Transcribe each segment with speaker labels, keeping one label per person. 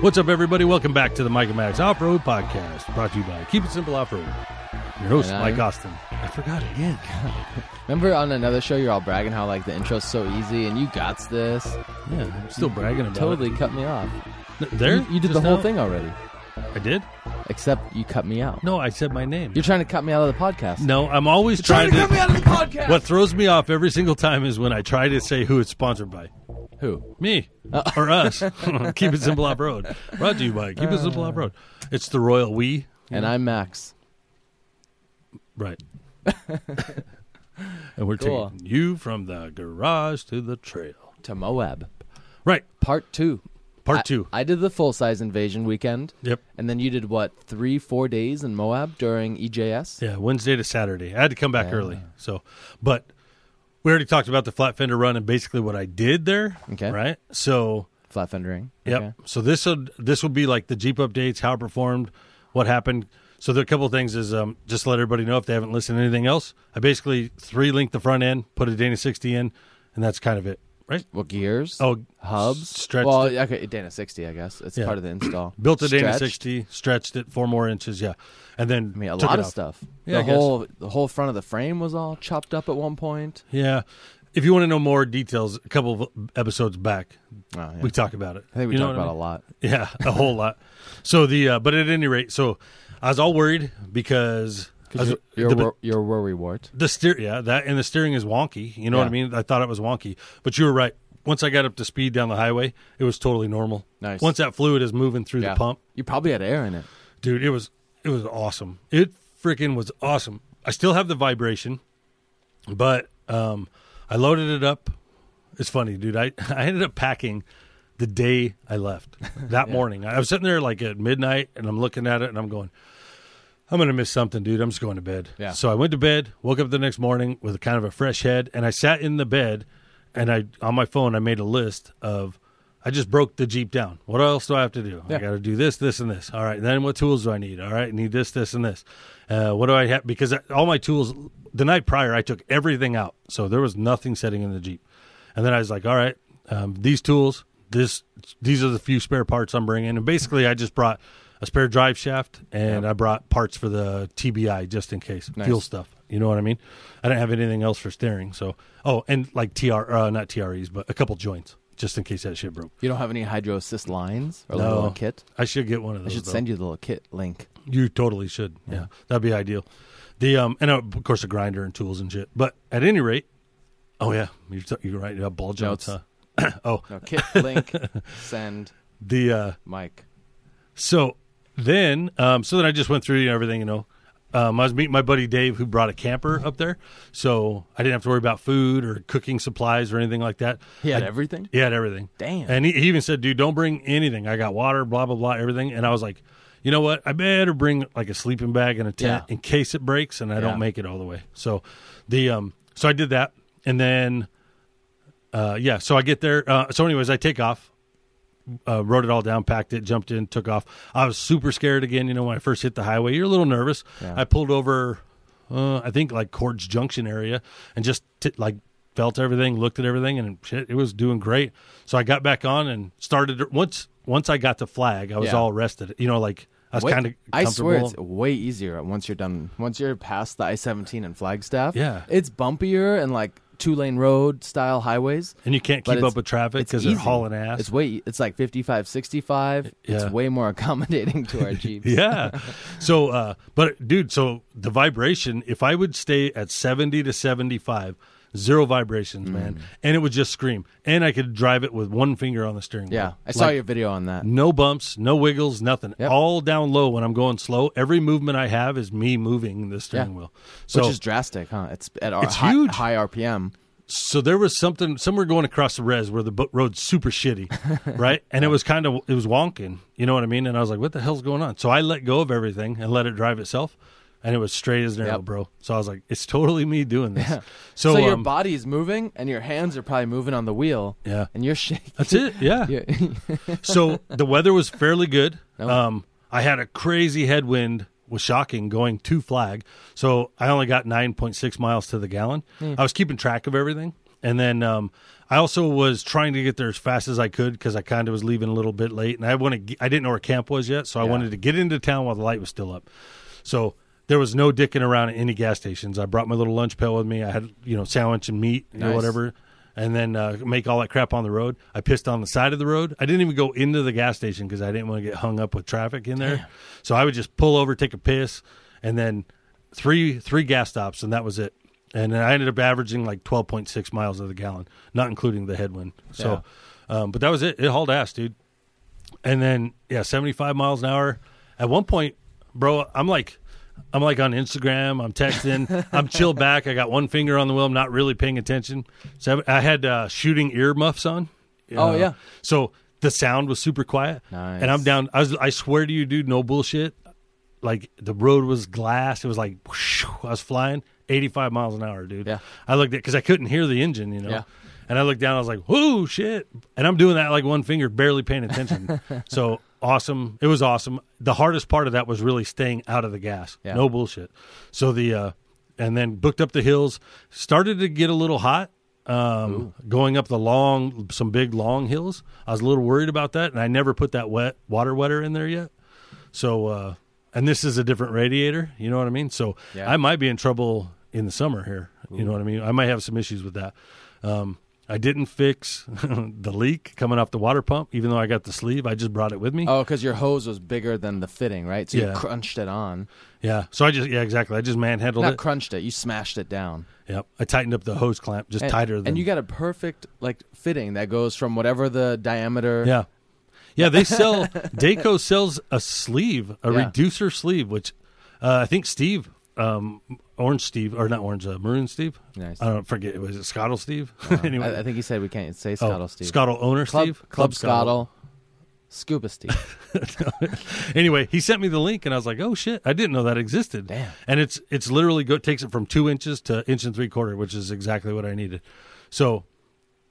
Speaker 1: What's up, everybody? Welcome back to the Mike and Max Off Road Podcast, brought to you by Keep It Simple Off Road. Your host,
Speaker 2: And I'm-
Speaker 1: Mike Austin. I forgot again.
Speaker 2: Remember on another show, you're all bragging how like the intro's so easy and you got this.
Speaker 1: Yeah, I'm still bragging about
Speaker 2: Totally
Speaker 1: it.
Speaker 2: cut me off.
Speaker 1: N- There?
Speaker 2: you, you did
Speaker 1: Just
Speaker 2: the whole
Speaker 1: now?
Speaker 2: thing already,
Speaker 1: I did?
Speaker 2: except you cut me out.
Speaker 1: No, I said my name.
Speaker 2: You're trying to cut me out of the podcast.
Speaker 1: no, I'm always
Speaker 2: Trying
Speaker 1: trying,
Speaker 2: to cut me out of the podcast.
Speaker 1: What throws me off every single time is when I try to say who it's sponsored by.
Speaker 2: Who?
Speaker 1: Me
Speaker 2: Uh.
Speaker 1: or us. Keep it simple off road. Brought to you by Keep It Simple Off Road. It's the Royal We.
Speaker 2: And I'm Max.
Speaker 1: Right. and we're
Speaker 2: Cool.
Speaker 1: taking you from the garage to the trail.
Speaker 2: To Moab,
Speaker 1: Right.
Speaker 2: part two.
Speaker 1: Part
Speaker 2: I-
Speaker 1: two.
Speaker 2: I did the full size invasion weekend,
Speaker 1: Yep.
Speaker 2: and then you did what three, four days in Moab during E EJS.
Speaker 1: Yeah, Wednesday to Saturday. I had to come back
Speaker 2: Yeah.
Speaker 1: early. So, but we already talked about the flat fender run and basically what I did there.
Speaker 2: Okay.
Speaker 1: Right. So,
Speaker 2: Flat fendering.
Speaker 1: yep.
Speaker 2: Okay.
Speaker 1: So this would this will be like the Jeep updates, how it performed, what happened. So there are a couple of things is um, just to let everybody know if they haven't listened to anything else. I basically three linked the front end, put a Dana sixty in, and that's kind of it. Right.
Speaker 2: What gears?
Speaker 1: Oh,
Speaker 2: hubs.
Speaker 1: stretched
Speaker 2: Well,
Speaker 1: it.
Speaker 2: okay, Dana sixty, I guess. It's
Speaker 1: Yeah.
Speaker 2: part of the install.
Speaker 1: Built a Dana
Speaker 2: Stretched.
Speaker 1: sixty, stretched it four more inches, yeah, and then
Speaker 2: I mean, a
Speaker 1: took
Speaker 2: lot
Speaker 1: it
Speaker 2: of
Speaker 1: off.
Speaker 2: stuff.
Speaker 1: Yeah, I
Speaker 2: the
Speaker 1: guess.
Speaker 2: whole the whole front of the frame was all chopped up at one point.
Speaker 1: Yeah, if you want to know more details, a couple of episodes back,
Speaker 2: Oh, yeah.
Speaker 1: we talk about it.
Speaker 2: I think we
Speaker 1: You know
Speaker 2: talked
Speaker 1: what
Speaker 2: about
Speaker 1: mean?
Speaker 2: a lot.
Speaker 1: Yeah, a whole lot. So the uh, but at any rate, so I was all worried because I was-
Speaker 2: Because you're,
Speaker 1: the,
Speaker 2: you're, wor- you're worry wart.
Speaker 1: the steer yeah that and the steering is wonky. You know what I
Speaker 2: Yeah.
Speaker 1: mean? I thought it was wonky, but you were right. Once I got up to speed down the highway, it was totally normal.
Speaker 2: Nice.
Speaker 1: Once that fluid is moving through the pump,
Speaker 2: You probably had air in it.
Speaker 1: dude it was it was awesome it freaking was awesome i still have the vibration but um i loaded it up it's funny dude i i ended up packing the day i left that morning i was sitting there like at midnight and i'm looking at it and i'm going i'm gonna miss something dude i'm just going to bed
Speaker 2: Yeah.
Speaker 1: so i went to bed woke up the next morning with kind of a fresh head and i sat in the bed and i on my phone i made a list of I just broke the Jeep down. What else do I have to do? I
Speaker 2: Yeah.
Speaker 1: got to do this, this, and this. All right. Then what tools do I need? All right. I need this, this, and this. Uh, what do I have? Because I- all my tools, the night prior, I took everything out. So there was nothing sitting in the Jeep. And then I was like, all right, um, these tools, this, these are the few spare parts I'm bringing. And basically, I just brought a spare drive shaft and I brought parts for the TBI just in case
Speaker 2: Nice.
Speaker 1: fuel stuff. You know what I mean? I didn't have anything else for steering. So, oh, and like TR, uh, not TREs, but a couple joints just in case that shit broke.
Speaker 2: You don't have any hydro assist lines or like
Speaker 1: No.
Speaker 2: a little kit.
Speaker 1: I should get one of
Speaker 2: I
Speaker 1: those.
Speaker 2: should send you the little kit link.
Speaker 1: you. You totally should. Yeah. that'd be ideal. The um and uh, of course a grinder and tools and shit. But at any rate, oh yeah, you're, t- you're right. Yeah, ball joints.
Speaker 2: Notes.
Speaker 1: huh? oh,
Speaker 2: No kit link. Send
Speaker 1: the uh
Speaker 2: Mike.
Speaker 1: so then um so then I just went through you know, everything. You know, um, I was meeting my buddy Dave who brought a camper up there, so I didn't have to worry about food or cooking supplies or anything like that.
Speaker 2: He had
Speaker 1: I-
Speaker 2: everything.
Speaker 1: He had everything.
Speaker 2: Damn.
Speaker 1: And he, he even said, dude, don't bring anything. I got water, blah, blah, blah, everything. And I was like, you know what? I better bring like a sleeping bag and a tent
Speaker 2: Yeah.
Speaker 1: in case it breaks and I
Speaker 2: Yeah.
Speaker 1: don't make it all the way. So the um so I did that. And then uh yeah, so I get there. Uh, so anyways, I take off. Uh, wrote it all down, packed it, jumped in, took off. I was super scared again. You know, when I first hit the highway, you're a little nervous.
Speaker 2: Yeah.
Speaker 1: I pulled over, uh, I think like Cords Junction area, and just t- like felt everything, looked at everything, and shit, it was doing great. So I got back on and started. Once once I got the flag, I was
Speaker 2: Yeah.
Speaker 1: all rested. You know, like I was
Speaker 2: Way-
Speaker 1: kind of
Speaker 2: I swear it's way easier once you're done. Once you're past the I seventeen and Flagstaff.
Speaker 1: Yeah.
Speaker 2: It's bumpier and like two lane road style highways.
Speaker 1: and you can't
Speaker 2: but
Speaker 1: keep
Speaker 2: it's-
Speaker 1: up with traffic
Speaker 2: it's
Speaker 1: because they're
Speaker 2: easy.
Speaker 1: hauling ass.
Speaker 2: It's way. It's like 55, 65.
Speaker 1: Yeah.
Speaker 2: It's way more accommodating to our jeeps.
Speaker 1: yeah. So, uh, but dude, so the vibration, if I would stay at 70 to 75, zero vibrations,
Speaker 2: Mm.
Speaker 1: man, and it would just scream. And I could drive it with one finger on the steering wheel.
Speaker 2: Yeah, I saw
Speaker 1: Like,
Speaker 2: your video on that.
Speaker 1: No bumps, no wiggles, nothing.
Speaker 2: Yep.
Speaker 1: All down low when I'm going slow. Every movement I have is me moving the steering
Speaker 2: Yeah.
Speaker 1: wheel. So,
Speaker 2: which is drastic, huh? It's at our
Speaker 1: It's
Speaker 2: high,
Speaker 1: huge.
Speaker 2: high RPM.
Speaker 1: so there was something somewhere going across the res where the bo- road's super shitty, right? And it was kind of it was wonking, you know what I mean? And I was like, "What the hell's going on?" So I let go of everything and let it drive itself, and it was straight as an arrow,
Speaker 2: Yep.
Speaker 1: bro. So I was like, "It's totally me doing this." So,
Speaker 2: So, your
Speaker 1: um,
Speaker 2: body's moving, and your hands are probably moving on the wheel.
Speaker 1: Yeah.
Speaker 2: and you're shaking.
Speaker 1: that's it, yeah.
Speaker 2: Yeah.
Speaker 1: so the weather was fairly good.
Speaker 2: Oh.
Speaker 1: Um, I had a crazy headwind was shocking going to flag.
Speaker 2: Hmm.
Speaker 1: So I only got 9.6 miles to the gallon. I was keeping track of everything. And then um, I also was trying to get there as fast as I could because I kind of was leaving a little bit late, and I wanted I didn't know where camp was yet, so I
Speaker 2: Yeah.
Speaker 1: wanted to get into town while the light was still up. So there was no dicking around at any gas stations. I brought my little lunch pail with me. I had you know sandwich and meat or
Speaker 2: Nice.
Speaker 1: whatever, and then uh, make all that crap on the road. I pissed on the side of the road. I didn't even go into the gas station because I didn't want to get hung up with traffic in there. So I would just pull over, take a piss, and then three three gas stops, and that was it. And then I ended up averaging like twelve point six miles of the gallon, not including the headwind. So, um, but that was it. It hauled ass, dude. And then yeah, seventy five miles an hour. At one point, bro, I'm like, I'm like on Instagram. I'm texting. I'm chill back. I got one finger on the wheel. I'm not really paying attention. So I I had uh, shooting earmuffs on. Uh,
Speaker 2: Oh, yeah.
Speaker 1: So the sound was super quiet.
Speaker 2: Nice.
Speaker 1: And I'm down. I was. I swear to you, dude. No bullshit. Like the road was glass. It was like whoosh, I was flying 85 miles an hour, dude.
Speaker 2: Yeah.
Speaker 1: I looked at because I couldn't hear the engine, you know.
Speaker 2: Yeah.
Speaker 1: And I looked down. I was like, "Whoa, shit!" And I'm doing that like one finger, barely paying attention. so awesome! It was awesome. The hardest part of that was really staying out of the gas.
Speaker 2: Yeah.
Speaker 1: No bullshit. So the uh, and then booked up the hills. Started to get a little hot. Um, going up the long, some big long hills. I was a little worried about that, and I never put that wet water wetter in there yet. So, uh, and this is a different radiator. You know what I mean? So
Speaker 2: Yeah.
Speaker 1: I might be in trouble in the summer here. You
Speaker 2: Mm.
Speaker 1: know what I mean? I might have some issues with that. Um, I didn't fix the leak coming off the water pump, even though I got the sleeve. I just brought it with me.
Speaker 2: Oh, because your hose was bigger than the fitting, right? So
Speaker 1: Yeah.
Speaker 2: you crunched it on.
Speaker 1: Yeah. So I just, yeah, exactly. I just manhandled
Speaker 2: Not
Speaker 1: it.
Speaker 2: crunched it. You smashed it down.
Speaker 1: yep. I tightened up the hose clamp just
Speaker 2: And,
Speaker 1: tighter than.
Speaker 2: and you got a perfect like fitting that goes from whatever the diameter.
Speaker 1: yeah. Yeah. They sell, Daco sells a sleeve, a
Speaker 2: Yeah.
Speaker 1: reducer sleeve, which uh, I think Steve, um, Orange Steve, or not Orange, uh, Maroon Steve.
Speaker 2: Nice. Uh,
Speaker 1: I don't forget. Was it Scottle Steve? anyway,
Speaker 2: I, I think he said we can't say
Speaker 1: Oh,
Speaker 2: Scottle Steve.
Speaker 1: Scottle owner
Speaker 2: Club,
Speaker 1: Steve.
Speaker 2: Club Scottle. Scuba Steve.
Speaker 1: Anyway, he sent me the link, and I was like, "Oh shit, I didn't know that existed."
Speaker 2: Damn.
Speaker 1: And it's it's literally go takes it from two inches to inch and three quarter, which is exactly what I needed. So,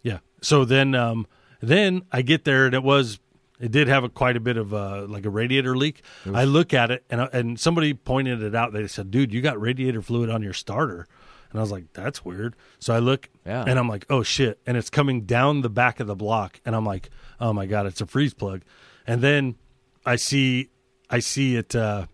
Speaker 1: yeah. So then, um, then I get there, and it was it did have a, quite a bit of uh, like a radiator leak. I look at it, and I- and somebody pointed it out. They said, "Dude, you got radiator fluid on your starter." And I was like, that's weird. So I look
Speaker 2: Yeah.
Speaker 1: and I'm like, oh shit. And it's coming down the back of the block. And I'm like, oh my God, it's a freeze plug. And then I see I see it uh,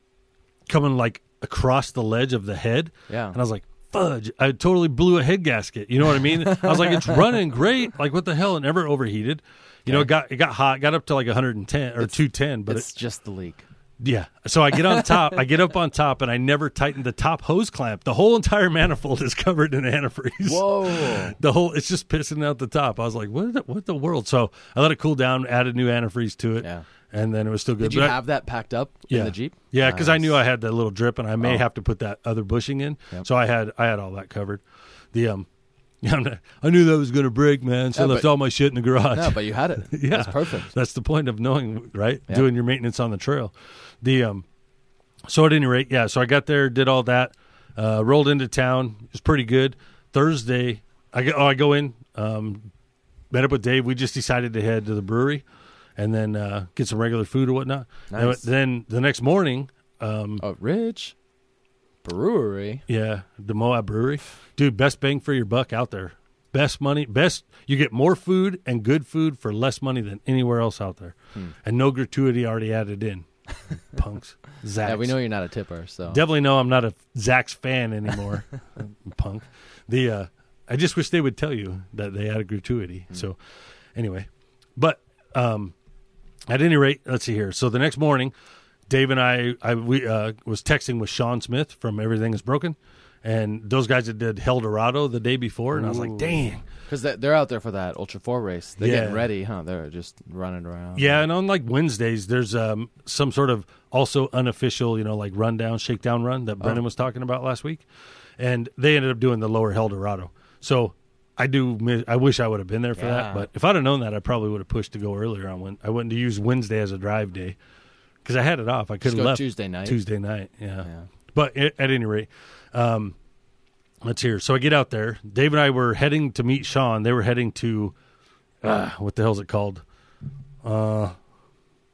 Speaker 1: coming like across the ledge of the head.
Speaker 2: Yeah.
Speaker 1: And I was like, fudge. I totally blew a head gasket. You know what I mean? I was like, it's running great. Like what the hell? It never overheated. You know, it got it got hot, got up to like 110 or 210, but it,
Speaker 2: it's just the leak.
Speaker 1: yeah. So I get on top, I get up on top, and I never tighten the top hose clamp. The whole entire manifold is covered in antifreeze.
Speaker 2: Whoa.
Speaker 1: The whole it's just pissing out the top. I was like, what? The, what the world? So I let it cool down, added new antifreeze to it,
Speaker 2: Yeah.
Speaker 1: and then it was still good.
Speaker 2: Did you
Speaker 1: But I-
Speaker 2: have that packed up
Speaker 1: yeah.
Speaker 2: in the Jeep?
Speaker 1: Yeah, because I
Speaker 2: Nice. Oh.
Speaker 1: knew I had that little drip, and I may have to put that other bushing in.
Speaker 2: Yep.
Speaker 1: So I had I had all that covered. The um, yeah, I'm not- I knew that was going to break, man. So I
Speaker 2: Yeah,
Speaker 1: left
Speaker 2: but-
Speaker 1: all my shit in the garage.
Speaker 2: No, but you had it.
Speaker 1: Yeah,
Speaker 2: It's perfect.
Speaker 1: That's the point of knowing, right?
Speaker 2: Yeah.
Speaker 1: Doing your maintenance on the trail. The um, so at any rate, yeah. So I got there, did all that, uh, rolled into town. It was pretty good. Thursday, I go, oh, I go in, um, met up with Dave. We just decided to head to the brewery, and then uh, get some regular food or whatnot. And
Speaker 2: Nice.
Speaker 1: then the next morning, um,
Speaker 2: A rich brewery.
Speaker 1: yeah, the Moab Brewery, dude, best bang for your buck out there. Best money, best. You get more food and good food for less money than anywhere else out there,
Speaker 2: Hmm.
Speaker 1: and no gratuity already added in. Punks, Zach.
Speaker 2: Yeah, we know you're not a tipper, so
Speaker 1: Definitely know I'm not a Zach's fan anymore. Punk. The uh, I just wish they would tell you that they had a gratuity. So anyway, but um, at any rate, let's see here. So the next morning, Dave and I, I we uh, was texting with Sean Smith from Everything Is Broken, and those guys that did Hell Dorado the day before, and I was like, dang,
Speaker 2: because they're out there for that Ultra Four race. They're
Speaker 1: Yeah.
Speaker 2: getting ready, huh? They're just running around.
Speaker 1: Yeah, and on like Wednesdays, there's um, some sort of also unofficial, you know, like rundown, shakedown run that
Speaker 2: Oh.
Speaker 1: Brendan was talking about last week, and they ended up doing the Lower El Dorado. So I do. mi- I wish I would have been there for that,
Speaker 2: Yeah.
Speaker 1: but if I'd have known that, I probably would have pushed to go earlier on. When I went to use Wednesday as a drive day because I had it off. I could
Speaker 2: Just
Speaker 1: have
Speaker 2: go
Speaker 1: left
Speaker 2: Tuesday night.
Speaker 1: Tuesday night, yeah.
Speaker 2: Yeah.
Speaker 1: But a- at any rate, um, let's hear. So I get out there. Dave and I were heading to meet Sean. They were heading to uh,
Speaker 2: Ah,
Speaker 1: what the hell's it called? Uh,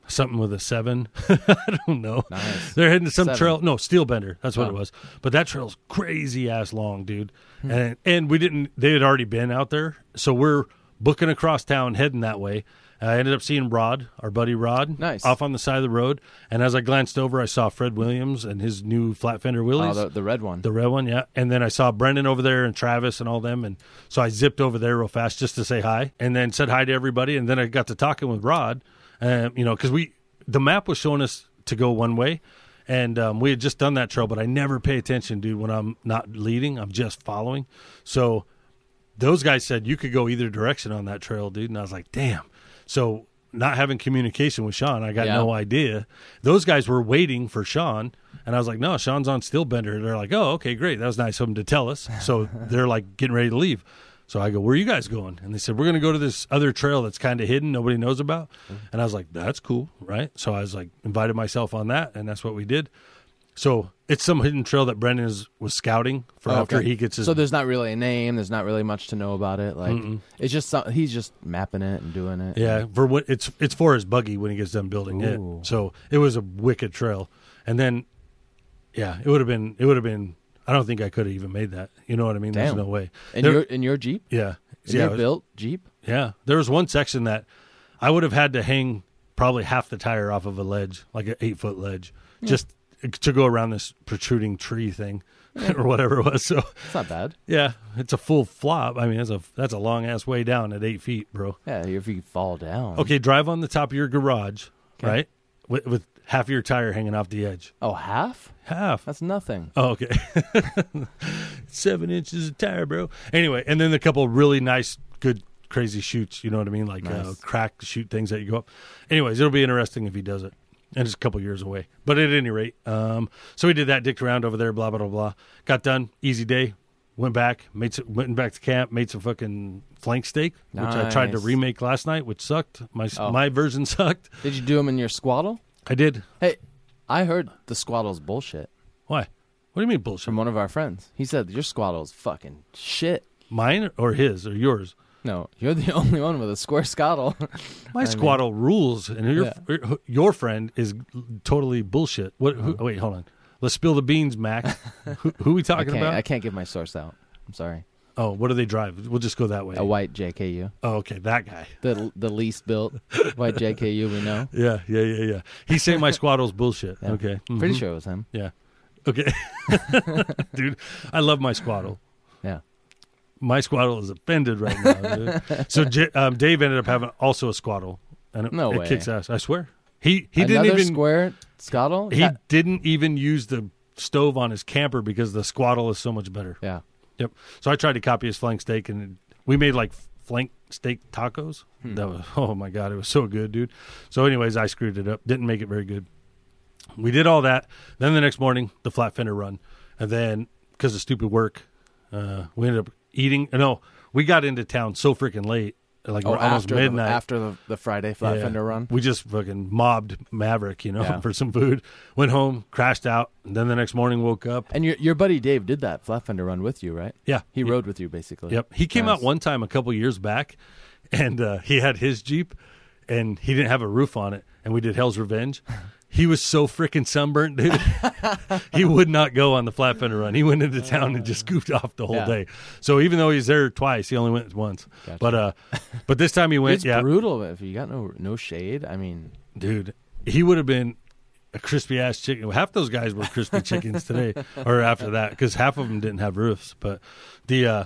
Speaker 1: something with a seven. I don't know.
Speaker 2: Nice.
Speaker 1: They're heading to some
Speaker 2: Seven.
Speaker 1: trail. No, Steelbender. That's what
Speaker 2: Oh. Hmm.
Speaker 1: it was. But that trail's crazy ass long, dude. And and we didn't. They had already been out there, so we're booking across town, heading that way. And I ended up seeing Rod, our buddy Rod,
Speaker 2: Nice.
Speaker 1: off on the side of the road. And as I glanced over, I saw Fred Williams and his new flat fender
Speaker 2: Oh,
Speaker 1: wheelies,
Speaker 2: the, the red one.
Speaker 1: the red one, yeah. And then I saw Brendan over there and Travis and all them. And so I zipped over there real fast just to say hi, and then said hi to everybody. And then I got to talking with Rod, um, you know, because we the map was showing us to go one way, and um, we had just done that trail, but I never pay attention, dude. When I'm not leading, I'm just following. So those guys said you could go either direction on that trail, dude. And I was like, damn. So not having communication with Sean, I got
Speaker 2: Yeah.
Speaker 1: no idea. Those guys were waiting for Sean, and I was like, no, Sean's on steel bender. They're like, oh, okay, great. That was nice of them to tell us. So they're like getting ready to leave. So I go, where are you guys going? And they said, we're going to go to this other trail that's kind of hidden, nobody knows about.
Speaker 2: Mm-hmm.
Speaker 1: And I was like, that's cool, right? So I was like, invited myself on that, and that's what we did. So it's some hidden trail that Brendan is, was scouting for
Speaker 2: Oh,
Speaker 1: after
Speaker 2: okay.
Speaker 1: he gets his
Speaker 2: So there's not really a name. There's not really much to know about it. Like it's just some, he's just mapping it and doing it.
Speaker 1: Yeah, for what it's it's for his buggy when he gets done building
Speaker 2: Ooh.
Speaker 1: it. So it was a wicked trail, and then yeah, it would have been it would have been. I don't think I could have even made that. You know what I mean? There's
Speaker 2: Damn.
Speaker 1: no way.
Speaker 2: In
Speaker 1: There-
Speaker 2: your in your Jeep,
Speaker 1: yeah, yeah, it
Speaker 2: in your
Speaker 1: was-
Speaker 2: built Jeep.
Speaker 1: yeah. There was one section that I would have had to hang probably half the tire off of a ledge, like an eight foot ledge, just to go around this protruding tree thing or whatever it was. So
Speaker 2: It's not bad.
Speaker 1: yeah, it's a full flop. I mean, that's a that's a long ass way down at eight feet, bro.
Speaker 2: Yeah, if you fall down.
Speaker 1: Okay, drive on the top of your garage, right? With, with half of your tire hanging off the edge.
Speaker 2: Oh, half?
Speaker 1: Half.
Speaker 2: That's nothing.
Speaker 1: Oh, okay. Seven inches of tire, bro. Anyway, and then a couple really nice, good, crazy shoots. You know what I mean? Like uh,
Speaker 2: Nice.
Speaker 1: crack shoot things that you go up. Anyways, it'll be interesting if he does it. And it's a couple years away. But at any rate, um, so we did that, dicked around over there, blah, blah, blah, blah. Got done. Easy day. Went back, made some, went back to camp, made some fucking flank steak, which I tried to
Speaker 2: Nice.
Speaker 1: remake last night, which sucked. My
Speaker 2: Oh.
Speaker 1: my version sucked.
Speaker 2: Did you do them in your squaddle?
Speaker 1: I did.
Speaker 2: Hey, I heard the squaddle's bullshit
Speaker 1: Why? What do you mean bullshit?
Speaker 2: from one of our friends. He said your squaddle's fucking shit.
Speaker 1: Mine or his or yours?
Speaker 2: No, you're the only one with a square squaddle.
Speaker 1: My squaddle rules, and your your friend is totally bullshit. What? Who,
Speaker 2: Uh-huh.
Speaker 1: wait, hold on. Let's spill the beans, Mac. who, who we
Speaker 2: I
Speaker 1: talking
Speaker 2: can't.
Speaker 1: about?
Speaker 2: I can't give my source out. I'm sorry.
Speaker 1: Oh, what do they drive? We'll just go that way.
Speaker 2: A white JKU,
Speaker 1: Oh, okay, that guy.
Speaker 2: the the least built white JKU we know.
Speaker 1: Yeah, yeah, yeah, yeah. He's saying my squaddle's bullshit.
Speaker 2: Yeah.
Speaker 1: Okay,
Speaker 2: Pretty
Speaker 1: Mhm.
Speaker 2: sure it was him.
Speaker 1: Yeah. Okay, dude, I love my squaddle.
Speaker 2: Yeah.
Speaker 1: My squaddle is offended right now. Dude. so J- um, Dave ended up having also a squaddle, and it,
Speaker 2: No
Speaker 1: it
Speaker 2: way.
Speaker 1: kicks ass. I swear. He he
Speaker 2: Another
Speaker 1: didn't even
Speaker 2: square squaddle.
Speaker 1: He
Speaker 2: Yeah.
Speaker 1: didn't even use the stove on his camper because the squaddle is so much better.
Speaker 2: yeah.
Speaker 1: Yep. So I tried to copy his flank steak, and we made like flank steak tacos.
Speaker 2: Hmm.
Speaker 1: That was oh my god, it was so good, dude. So, anyways, I screwed it up. Didn't make it very good. We did all that. Then the next morning, the flat fender run, and then because of stupid work, uh, we ended up eating. No, we got into town so freaking late, like
Speaker 2: Oh,
Speaker 1: almost
Speaker 2: after
Speaker 1: midnight
Speaker 2: The, after the, the Friday flat
Speaker 1: yeah.
Speaker 2: fender run.
Speaker 1: We just fucking mobbed Maverick, you know,
Speaker 2: Yeah.
Speaker 1: for some food. Went home, crashed out, and then the next morning woke up.
Speaker 2: And your your buddy Dave did that flat fender run with you, right?
Speaker 1: Yeah.
Speaker 2: He rode with you basically.
Speaker 1: Yep. He came out
Speaker 2: Nice.
Speaker 1: one time a couple years back and uh, he had his Jeep and he didn't have a roof on it and we did Hell's Revenge. He was so freaking sunburnt, dude. he would not go on the flat fender run. He went into town and just goofed off the whole
Speaker 2: Uh, Yeah.
Speaker 1: day. So even though he's there twice, he only went once.
Speaker 2: Gotcha.
Speaker 1: But uh but this time he went
Speaker 2: It's
Speaker 1: yeah.
Speaker 2: brutal if you got no no shade. I mean,
Speaker 1: dude, he would have been a crispy ass chicken. Half those guys were crispy chickens today, or after that, because half of them didn't have roofs. But the uh,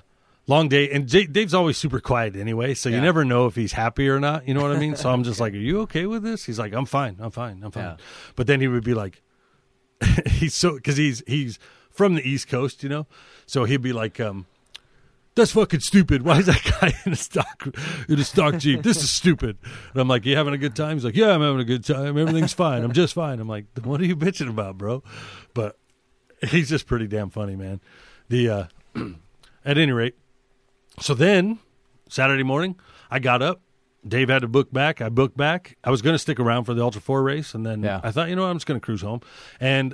Speaker 1: long day, and J- Dave's always super quiet anyway, so you
Speaker 2: Yeah.
Speaker 1: never know if he's happy or not. You know what I mean? So I'm just like, "Are you okay with this?" He's like, "I'm fine, I'm fine, I'm fine."
Speaker 2: Yeah.
Speaker 1: But then he would be like, "He's so because he's he's from the East Coast, you know," so he'd be like, um. That's fucking stupid. Why is that guy in a stock in a stock jeep? This is stupid. And I'm like, you having a good time? He's like, yeah, I'm having a good time. Everything's fine. I'm just fine. I'm like, then what are you bitching about, bro? But he's just pretty damn funny, man. The uh, at any rate, so then Saturday morning, I got up. Dave had to book back. I booked back. I was going to stick around for the Ultra Four race, and then
Speaker 2: Yeah.
Speaker 1: I thought, you know, what? I'm just going to cruise home. And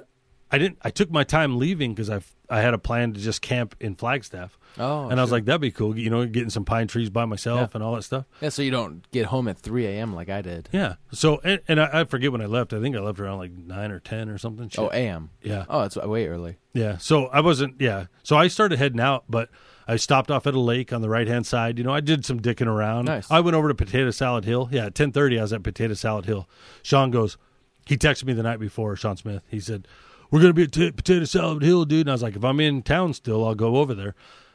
Speaker 1: I didn't. I took my time leaving because I I had a plan to just camp in Flagstaff.
Speaker 2: Oh,
Speaker 1: and I was
Speaker 2: sure.
Speaker 1: like, that'd be cool, you know, getting some pine trees by myself
Speaker 2: Yeah.
Speaker 1: and all that stuff.
Speaker 2: Yeah, so you don't get home at 3 a.m. like I did.
Speaker 1: Yeah. So and, and I, I forget when I left. I think I left around like nine or ten or something. Shit.
Speaker 2: Oh, a.m.
Speaker 1: yeah,
Speaker 2: Oh, it's way early.
Speaker 1: yeah. So I wasn't. Yeah. So I started heading out, but I stopped off at a lake on the right hand side. You know, I did some dicking around.
Speaker 2: Nice.
Speaker 1: I went over to Potato Salad Hill. Yeah, at ten thirty, I was at Potato Salad Hill. Sean goes. He texted me the night before. Sean Smith. He said, "We're gonna be at t- Potato Salad Hill, dude." And I was like, "If I'm in town still, I'll go over there."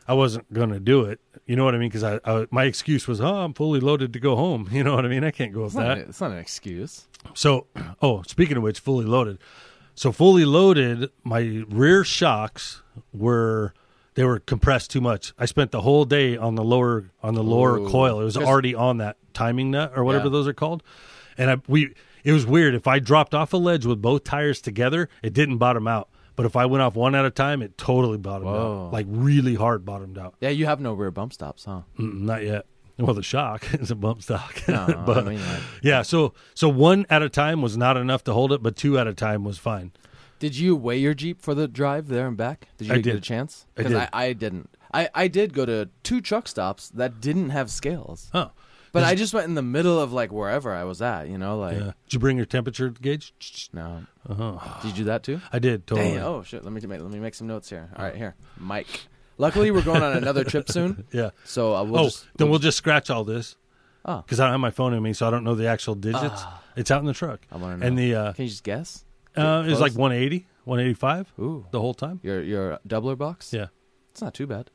Speaker 1: I wasn't gonna do it. You know what I mean? Because I, I, my excuse was, "Oh, I'm fully loaded to go home." You know what I mean? I can't go with
Speaker 2: It's not,
Speaker 1: that.
Speaker 2: it's not an excuse.
Speaker 1: So, oh, speaking of which, fully loaded. So fully loaded, my rear shocks were they were compressed too much. I spent the whole day on the lower on the lower
Speaker 2: Ooh.
Speaker 1: coil. It was
Speaker 2: Just-
Speaker 1: already on that timing nut or whatever
Speaker 2: Yeah.
Speaker 1: those are called. And I we it was weird. If I dropped off a ledge with both tires together, it didn't bottom out. But if I went off one at a time, it totally bottomed
Speaker 2: Whoa.
Speaker 1: out. Like really hard bottomed out.
Speaker 2: Yeah, you have no rear bump stops, huh?
Speaker 1: Mm, not yet. Well, the shock is a bump stock.
Speaker 2: No,
Speaker 1: but
Speaker 2: I mean, like,
Speaker 1: yeah, so so one at a time was not enough to hold it, but two at a time was fine.
Speaker 2: did you weigh your Jeep for the drive there and back? Did you
Speaker 1: I
Speaker 2: get a
Speaker 1: did.
Speaker 2: chance?
Speaker 1: I
Speaker 2: 'Cause
Speaker 1: did.
Speaker 2: I, I didn't. I, I did go to two truck stops that didn't have scales.
Speaker 1: Huh.
Speaker 2: But
Speaker 1: Did
Speaker 2: I
Speaker 1: you-
Speaker 2: just went in the middle of like wherever I was at, you know, like
Speaker 1: Yeah. Did you bring your temperature gauge?
Speaker 2: no.
Speaker 1: Uh-huh.
Speaker 2: Did you do that too?
Speaker 1: I did totally.
Speaker 2: Dang, oh shit, let me make, let me make some notes here. All right, here. Mike. Luckily we're going on another trip soon.
Speaker 1: Yeah.
Speaker 2: So uh, we'll
Speaker 1: oh,
Speaker 2: just
Speaker 1: then we'll just scratch all this
Speaker 2: Oh.
Speaker 1: because I don't have my phone in me, so I don't know the actual digits. it's out in the truck.
Speaker 2: Ah. I wanna
Speaker 1: And
Speaker 2: know.
Speaker 1: the uh,
Speaker 2: Can you just guess?
Speaker 1: uh, it was like
Speaker 2: close?
Speaker 1: 180, 185
Speaker 2: Ooh.
Speaker 1: the whole time.
Speaker 2: Your your doubler box?
Speaker 1: Yeah. Hmm.
Speaker 2: It's not too bad.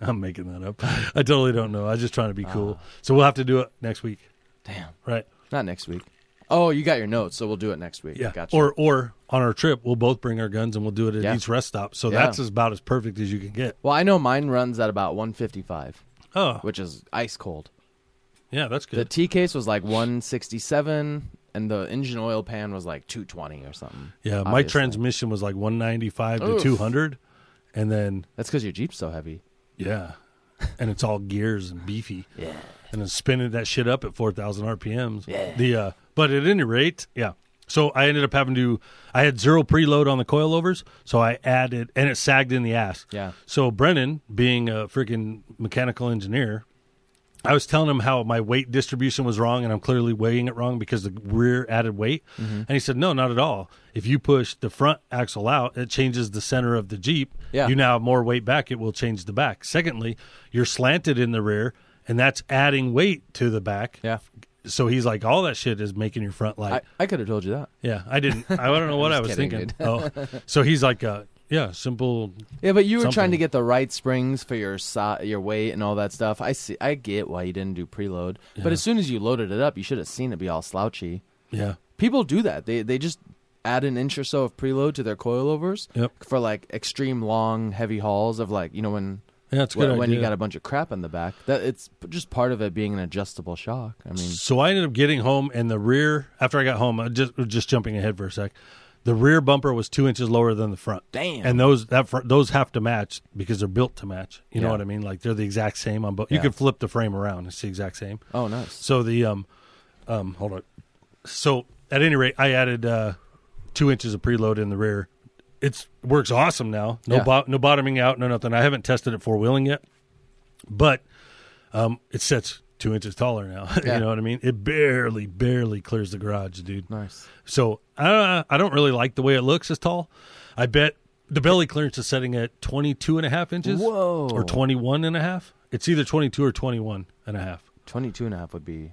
Speaker 1: I'm making that up. I totally don't know. I was just trying to be
Speaker 2: Ah.
Speaker 1: cool. So we'll have to do it next week,
Speaker 2: Damn.
Speaker 1: right?
Speaker 2: Not next week. Oh, you got your notes, so we'll do it next week.
Speaker 1: Yeah.
Speaker 2: Gotcha.
Speaker 1: Or or on our trip, we'll both bring our guns and we'll do it at
Speaker 2: Yeah.
Speaker 1: each rest stop. So
Speaker 2: Yeah.
Speaker 1: that's about as perfect as you can get.
Speaker 2: well, I know mine runs at about 155,
Speaker 1: Oh,
Speaker 2: which is ice cold.
Speaker 1: yeah, that's
Speaker 2: The
Speaker 1: good.
Speaker 2: T case was like 167, and the engine oil pan was like 220 or something.
Speaker 1: yeah, my
Speaker 2: obviously.
Speaker 1: transmission was like 195 to
Speaker 2: Oof.
Speaker 1: 200, and then
Speaker 2: That's because your Jeep's so heavy.
Speaker 1: yeah, and it's all gears and beefy,
Speaker 2: Yeah.
Speaker 1: and then spinning that shit up at 4,000 RPMs.
Speaker 2: Yeah.
Speaker 1: The uh, but at any rate, yeah. So I ended up having to. I had zero preload on the coilovers, so I added, and it sagged in the ass.
Speaker 2: Yeah.
Speaker 1: So Brennan, being a freaking mechanical engineer, I was telling him how my weight distribution was wrong, and I'm clearly weighing it wrong because the rear added weight.
Speaker 2: Mm-hmm.
Speaker 1: And he said, "No, not at all. If you push the front axle out, it changes the center of the Jeep.
Speaker 2: Yeah.
Speaker 1: You now have more weight back. It will change the back. Secondly, you're slanted in the rear, and that's adding weight to the back.
Speaker 2: Yeah.
Speaker 1: So he's like, all that shit is making your front light.
Speaker 2: I, I could have told you that.
Speaker 1: yeah, I didn't. I don't know what I
Speaker 2: I'm
Speaker 1: was
Speaker 2: just kidding,
Speaker 1: thinking. oh, so he's like, uh, yeah, simple.
Speaker 2: Yeah, but you were trying
Speaker 1: Something.
Speaker 2: to get the right springs for your si- your weight and all that stuff. I see. I get why you didn't do preload. But as soon as you loaded it up, you should have seen it be all slouchy.
Speaker 1: Yeah,
Speaker 2: People do that. They they just add an inch or so of preload to their coilovers
Speaker 1: Yep.
Speaker 2: for like extreme long heavy hauls of like you know when
Speaker 1: yeah, that's a good.
Speaker 2: when, when you
Speaker 1: idea.
Speaker 2: got a bunch of crap in the back. That it's just part of it being an adjustable shock. I mean,
Speaker 1: So I ended up getting home, and the rear. After I got home, I just just jumping ahead for a sec, the rear bumper was two inches lower than the front.
Speaker 2: Damn.
Speaker 1: And those that fr- those have to match because they're built to match. You know
Speaker 2: Yeah.
Speaker 1: what I mean? Like they're the exact same on both. You
Speaker 2: Yeah.
Speaker 1: could flip the frame around; it's the exact same.
Speaker 2: oh nice.
Speaker 1: So the um, um, hold on. So at any rate, I added uh, two inches of preload in the rear. It's works awesome now. No
Speaker 2: Yeah.
Speaker 1: bo- no bottoming out, no nothing. I haven't tested it four wheeling yet, but um, it sets two inches taller now.
Speaker 2: Yeah.
Speaker 1: you know what I mean? It barely barely clears the garage, dude.
Speaker 2: Nice.
Speaker 1: So I I don't really like the way it looks as tall. I bet the belly clearance is setting at 22 and a half inches
Speaker 2: Whoa.
Speaker 1: or 21 and a half. It's either 22 or 21 and a half
Speaker 2: 22 and a half would be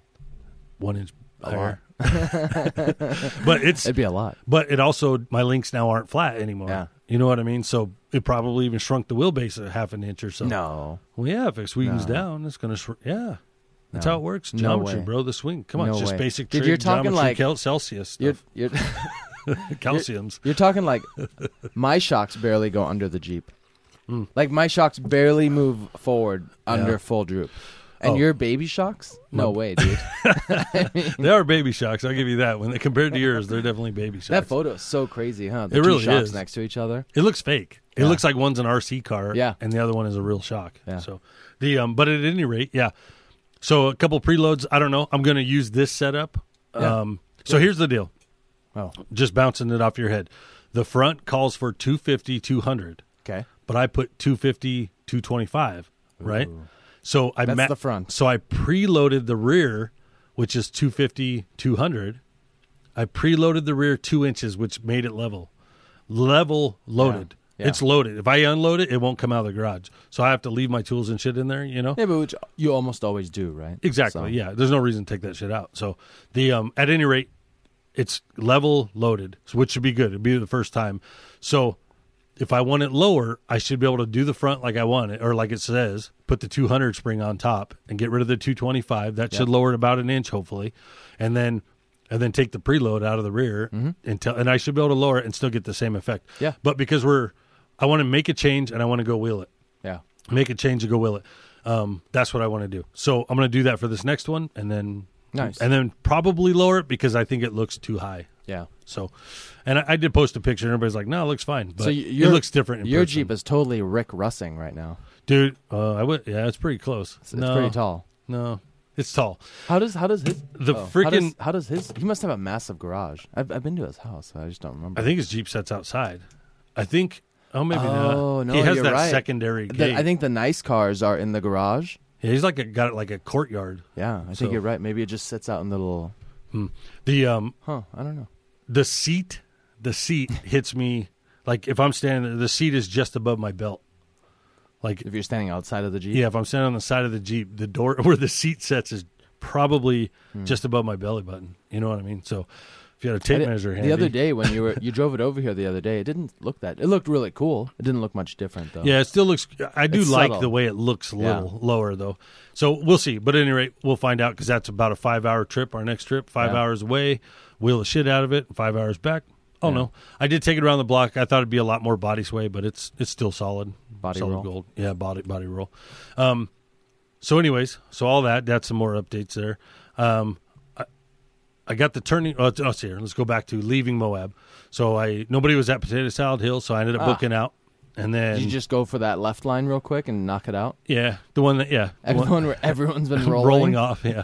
Speaker 1: one inch
Speaker 2: A
Speaker 1: higher. but it's
Speaker 2: it'd be a lot.
Speaker 1: but it also my links now aren't flat anymore.
Speaker 2: Yeah.
Speaker 1: You know what I mean? So it probably even shrunk the wheelbase a half an inch or so.
Speaker 2: No.
Speaker 1: Well, yeah, if it swings
Speaker 2: No.
Speaker 1: down, it's gonna shrink. Yeah. That's
Speaker 2: No.
Speaker 1: how it works.
Speaker 2: No
Speaker 1: Geometry,
Speaker 2: way.
Speaker 1: bro. The swing. Come on,
Speaker 2: No
Speaker 1: it's just
Speaker 2: way.
Speaker 1: basic
Speaker 2: Dude,
Speaker 1: trig-
Speaker 2: you're talking
Speaker 1: geometry,
Speaker 2: like-
Speaker 1: cal- Celsius stuff,
Speaker 2: You're you're
Speaker 1: calciums.
Speaker 2: You're talking like my shocks barely go under the Jeep. Like my shocks barely move forward under full droop. And
Speaker 1: Oh.
Speaker 2: your baby shocks? No way, dude.
Speaker 1: they are baby shocks. I'll give you that. When they compared to yours, they're definitely baby shocks.
Speaker 2: that photo is so crazy, huh? The
Speaker 1: It
Speaker 2: two
Speaker 1: really
Speaker 2: shocks
Speaker 1: is.
Speaker 2: next to each other.
Speaker 1: It looks fake. It
Speaker 2: Yeah.
Speaker 1: looks like one's an RC car,
Speaker 2: Yeah.
Speaker 1: and the other one is a real shock.
Speaker 2: Yeah.
Speaker 1: So the um, but at any rate, yeah. So a couple preloads. I don't know. I'm going to use this setup.
Speaker 2: Yeah.
Speaker 1: Um, so here's the deal.
Speaker 2: Oh.
Speaker 1: Just bouncing it off your head. The front calls for 250, 200,
Speaker 2: Okay.
Speaker 1: but I put 250, 225, right? So I
Speaker 2: That's the front.
Speaker 1: So I preloaded the rear, which is 250, 200. I preloaded the rear two inches, which made it level. Level loaded.
Speaker 2: Yeah.
Speaker 1: It's loaded. If I unload it, it won't come out of the garage. So I have to leave my tools and shit in there, you know?
Speaker 2: Yeah, but which you almost always do, right?
Speaker 1: Exactly.
Speaker 2: So-
Speaker 1: Yeah. There's no reason to take that shit out. So the um at any rate, it's level loaded, so which should be good. It'd be the first time. So if I want it lower, I should be able to do the front like I want it, or like it says, put the 200 spring on top and get rid of the 225. That should lower it about an inch, hopefully, and then and then take the preload out of the rear and tell, and I should be able to lower it and still get the same effect.
Speaker 2: Mm-hmm. Yeah.
Speaker 1: But because we're, I want to make a change and I want to go wheel it
Speaker 2: Yeah.
Speaker 1: make a change and go will it. Um, that's what I want to do. So I'm going to do that for this next one, and then
Speaker 2: Nice.
Speaker 1: and then probably lower it because I think it looks too high.
Speaker 2: Yeah.
Speaker 1: So, and I, I did post a picture, and everybody's like, "No, it looks fine," but
Speaker 2: so y-
Speaker 1: it
Speaker 2: your,
Speaker 1: looks different. In
Speaker 2: your
Speaker 1: person.
Speaker 2: Jeep is totally Rick Russing right now.
Speaker 1: dude. Uh, I would, yeah, it's pretty close.
Speaker 2: It's, it's
Speaker 1: no,
Speaker 2: pretty tall.
Speaker 1: No, it's tall.
Speaker 2: How does how does his
Speaker 1: The
Speaker 2: oh, how does,
Speaker 1: freaking-
Speaker 2: how does his he must have a massive garage. I've I've been to his house. I just don't remember.
Speaker 1: I think his Jeep sets outside. I think. Oh, maybe
Speaker 2: Oh,
Speaker 1: not.
Speaker 2: no,
Speaker 1: he has
Speaker 2: you're
Speaker 1: that
Speaker 2: right.
Speaker 1: secondary
Speaker 2: The-
Speaker 1: gate.
Speaker 2: I think the nice cars are in the garage.
Speaker 1: yeah, he's like a, got it like a courtyard.
Speaker 2: Yeah, I think
Speaker 1: So-
Speaker 2: you're right. Maybe it just sits out in the little.
Speaker 1: The um
Speaker 2: Huh? I don't know.
Speaker 1: the seat the seat hits me like if i'm standing there the seat is just above my belt like
Speaker 2: If you're standing outside of the Jeep.
Speaker 1: yeah if i'm standing on the side of the jeep the door where the seat sets is probably just above my belly button you know what i mean so if you had a
Speaker 2: Hmm. I
Speaker 1: tape
Speaker 2: did-
Speaker 1: measure handy
Speaker 2: the other day when you were you drove it over here the other day, it didn't look that. It looked really cool. It didn't look much different though.
Speaker 1: yeah it still looks i do
Speaker 2: It's
Speaker 1: like
Speaker 2: subtle.
Speaker 1: the way it looks a
Speaker 2: Yeah.
Speaker 1: little lower though so we'll see but at any rate we'll find out because that's about a five hour trip our next trip five
Speaker 2: Yeah.
Speaker 1: hours away wheel the shit out of it five hours back Oh
Speaker 2: Yeah.
Speaker 1: no! I did take it around the block. I thought it'd be a lot more body sway, but it's it's still solid.
Speaker 2: Body
Speaker 1: solid
Speaker 2: roll.
Speaker 1: gold. Yeah, body body roll. Um, so anyways, so all that that's some more updates there. Um, I, I got the turning. Oh, it's, oh, it's here. Let's go back to leaving Moab. So I nobody was at Potato Salad Hill, so I ended up
Speaker 2: Ah.
Speaker 1: booking out. And then
Speaker 2: Did you just go for that left line real quick and knock it out?
Speaker 1: yeah, the one that yeah, the
Speaker 2: Everyone
Speaker 1: one-
Speaker 2: where everyone's been rolling.
Speaker 1: off. Yeah,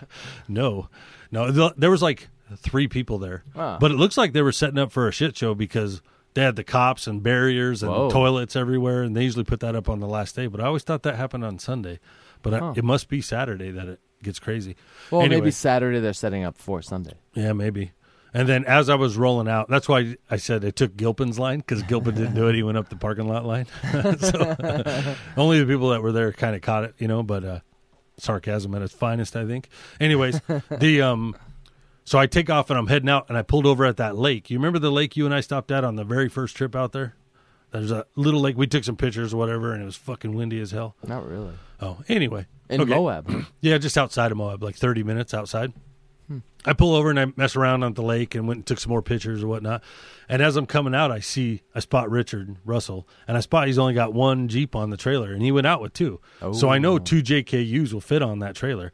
Speaker 1: no, no. th- There was like three people there,
Speaker 2: Ah.
Speaker 1: but it looks like they were setting up for a shit show because they had the cops and barriers and
Speaker 2: Whoa.
Speaker 1: toilets everywhere, and they usually put that up on the last day. But I always thought that happened on Sunday, but I,
Speaker 2: Huh.
Speaker 1: it must be Saturday that it gets crazy.
Speaker 2: Well,
Speaker 1: Anyway.
Speaker 2: maybe Saturday they're setting up for Sunday.
Speaker 1: Yeah, maybe. And then as I was rolling out, that's why I said I took Gilpin's line because Gilpin didn't do it. He went up the parking lot line. so only the people that were there kind of caught it, you know. But uh, sarcasm at its finest, I think. Anyways, the um, so I take off and I'm heading out, and I pulled over at that lake. You remember the lake you and I stopped at on the very first trip out there? There's a little lake. We took some pictures, or whatever, and it was fucking windy as hell.
Speaker 2: Not really.
Speaker 1: Oh, anyway,
Speaker 2: In
Speaker 1: Okay.
Speaker 2: Moab.
Speaker 1: Yeah, just outside of Moab, like 30 minutes outside. I pull over and I mess around on the lake and went and took some more pictures or whatnot. And as I'm coming out, I see, I spot Richard Russell and I spot he's only got one Jeep on the trailer and he went out with two. So I know two JKUs will fit on that trailer.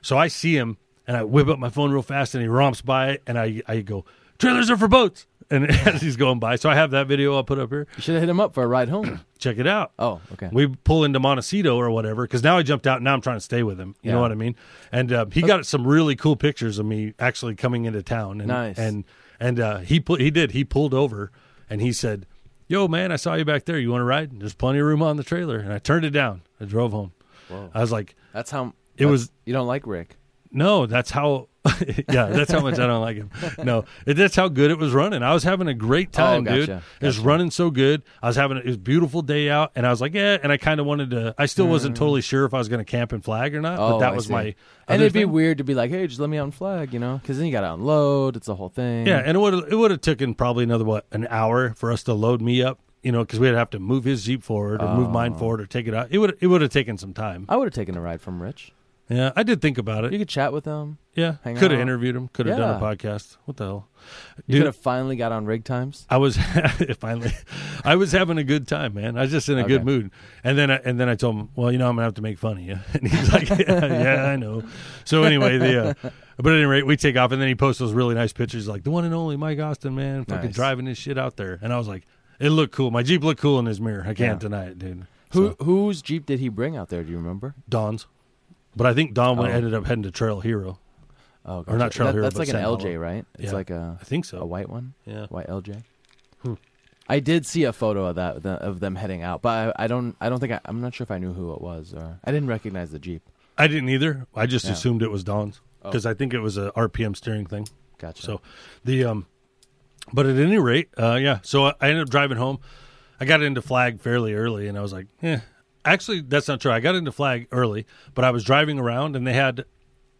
Speaker 1: So I see him and I whip up my phone real fast and he romps by it and I, I go, trailers are for boats. And as he's going by, so I have that video I'll put up here.
Speaker 2: You should have hit him up for a ride home.
Speaker 1: Check it out
Speaker 2: Oh, okay.
Speaker 1: we pull into Montecito or whatever because now I jumped out. Now I'm trying to stay with him. You know
Speaker 2: Yeah.
Speaker 1: what I mean? And uh, he got some really cool pictures of me actually coming into town. And,
Speaker 2: Nice.
Speaker 1: And and uh, he pu- he did. He pulled over and he said, "Yo, man, I saw you back there. You want to ride? There's plenty of room on the trailer." And I turned it down. I drove home. I was like,
Speaker 2: That's how
Speaker 1: It
Speaker 2: that's-
Speaker 1: was-
Speaker 2: You don't like Rick.
Speaker 1: no, that's how. yeah, that's how much I don't like him. No, it- that's how good it was running. I was having a great time,
Speaker 2: Oh, gotcha,
Speaker 1: dude. It was running so good. I was having it was a beautiful day out, and I was like, yeah. And I kind of wanted to. I still wasn't totally sure if I was going to camp and flag or not, but
Speaker 2: Mm. Oh,
Speaker 1: that
Speaker 2: I
Speaker 1: was
Speaker 2: see.
Speaker 1: my.
Speaker 2: And
Speaker 1: other
Speaker 2: it'd be
Speaker 1: thing.
Speaker 2: weird to be like, hey, just let me unflag, you know? Because then you got to unload. It's a whole thing.
Speaker 1: Yeah, and it would it would have taken probably another what an hour for us to load me up, you know, because we'd have to move his jeep forward or move
Speaker 2: Oh.
Speaker 1: mine forward or take it out. It would it would have taken some time.
Speaker 2: I would have taken a ride from Rich.
Speaker 1: Yeah, I did think about it.
Speaker 2: You could chat with him.
Speaker 1: yeah,
Speaker 2: hang
Speaker 1: could have
Speaker 2: out.
Speaker 1: interviewed him. Could have done a
Speaker 2: Yeah.
Speaker 1: podcast. What the hell,
Speaker 2: You could have finally got on rig times.
Speaker 1: I was finally, I was having a good time, man. I was just in a good
Speaker 2: Okay.
Speaker 1: mood, and then I, and then I told him, well, you know, I'm gonna have to make fun of you, and he's like, yeah, yeah, I know. So anyway, the uh, but at any rate, we take off, and then he posts those really nice pictures, like the one and only Mike Austin, man, fucking
Speaker 2: Nice.
Speaker 1: driving his shit out there, and I was like, it looked cool. My Jeep looked cool in his mirror. I can't
Speaker 2: Yeah.
Speaker 1: deny it, dude.
Speaker 2: Who
Speaker 1: So,
Speaker 2: whose Jeep did he bring out there? Do you remember?
Speaker 1: Don's, but I think Don went
Speaker 2: Oh.
Speaker 1: ended up heading to Trail Hero.
Speaker 2: Oh,
Speaker 1: Or not Trail
Speaker 2: That-
Speaker 1: Hero,
Speaker 2: That's
Speaker 1: but
Speaker 2: like an
Speaker 1: Sandalo.
Speaker 2: LJ, right? It's
Speaker 1: Yeah.
Speaker 2: like a
Speaker 1: I think
Speaker 2: a
Speaker 1: so.
Speaker 2: white one,
Speaker 1: Yeah,
Speaker 2: white LJ. I did see a photo of that the, of them heading out, but I, I don't. I don't think I, I'm not sure if I knew who it was or I didn't recognize the jeep.
Speaker 1: I didn't either. I just
Speaker 2: Yeah. Oh.
Speaker 1: assumed it was Don's because I think it was a RPM steering thing.
Speaker 2: Gotcha.
Speaker 1: So the um, but at any rate, uh, yeah. So I I ended up driving home. I got into flag fairly early, and I was like, eh. Actually, that's not true. I got into flag early, but I was driving around, and they had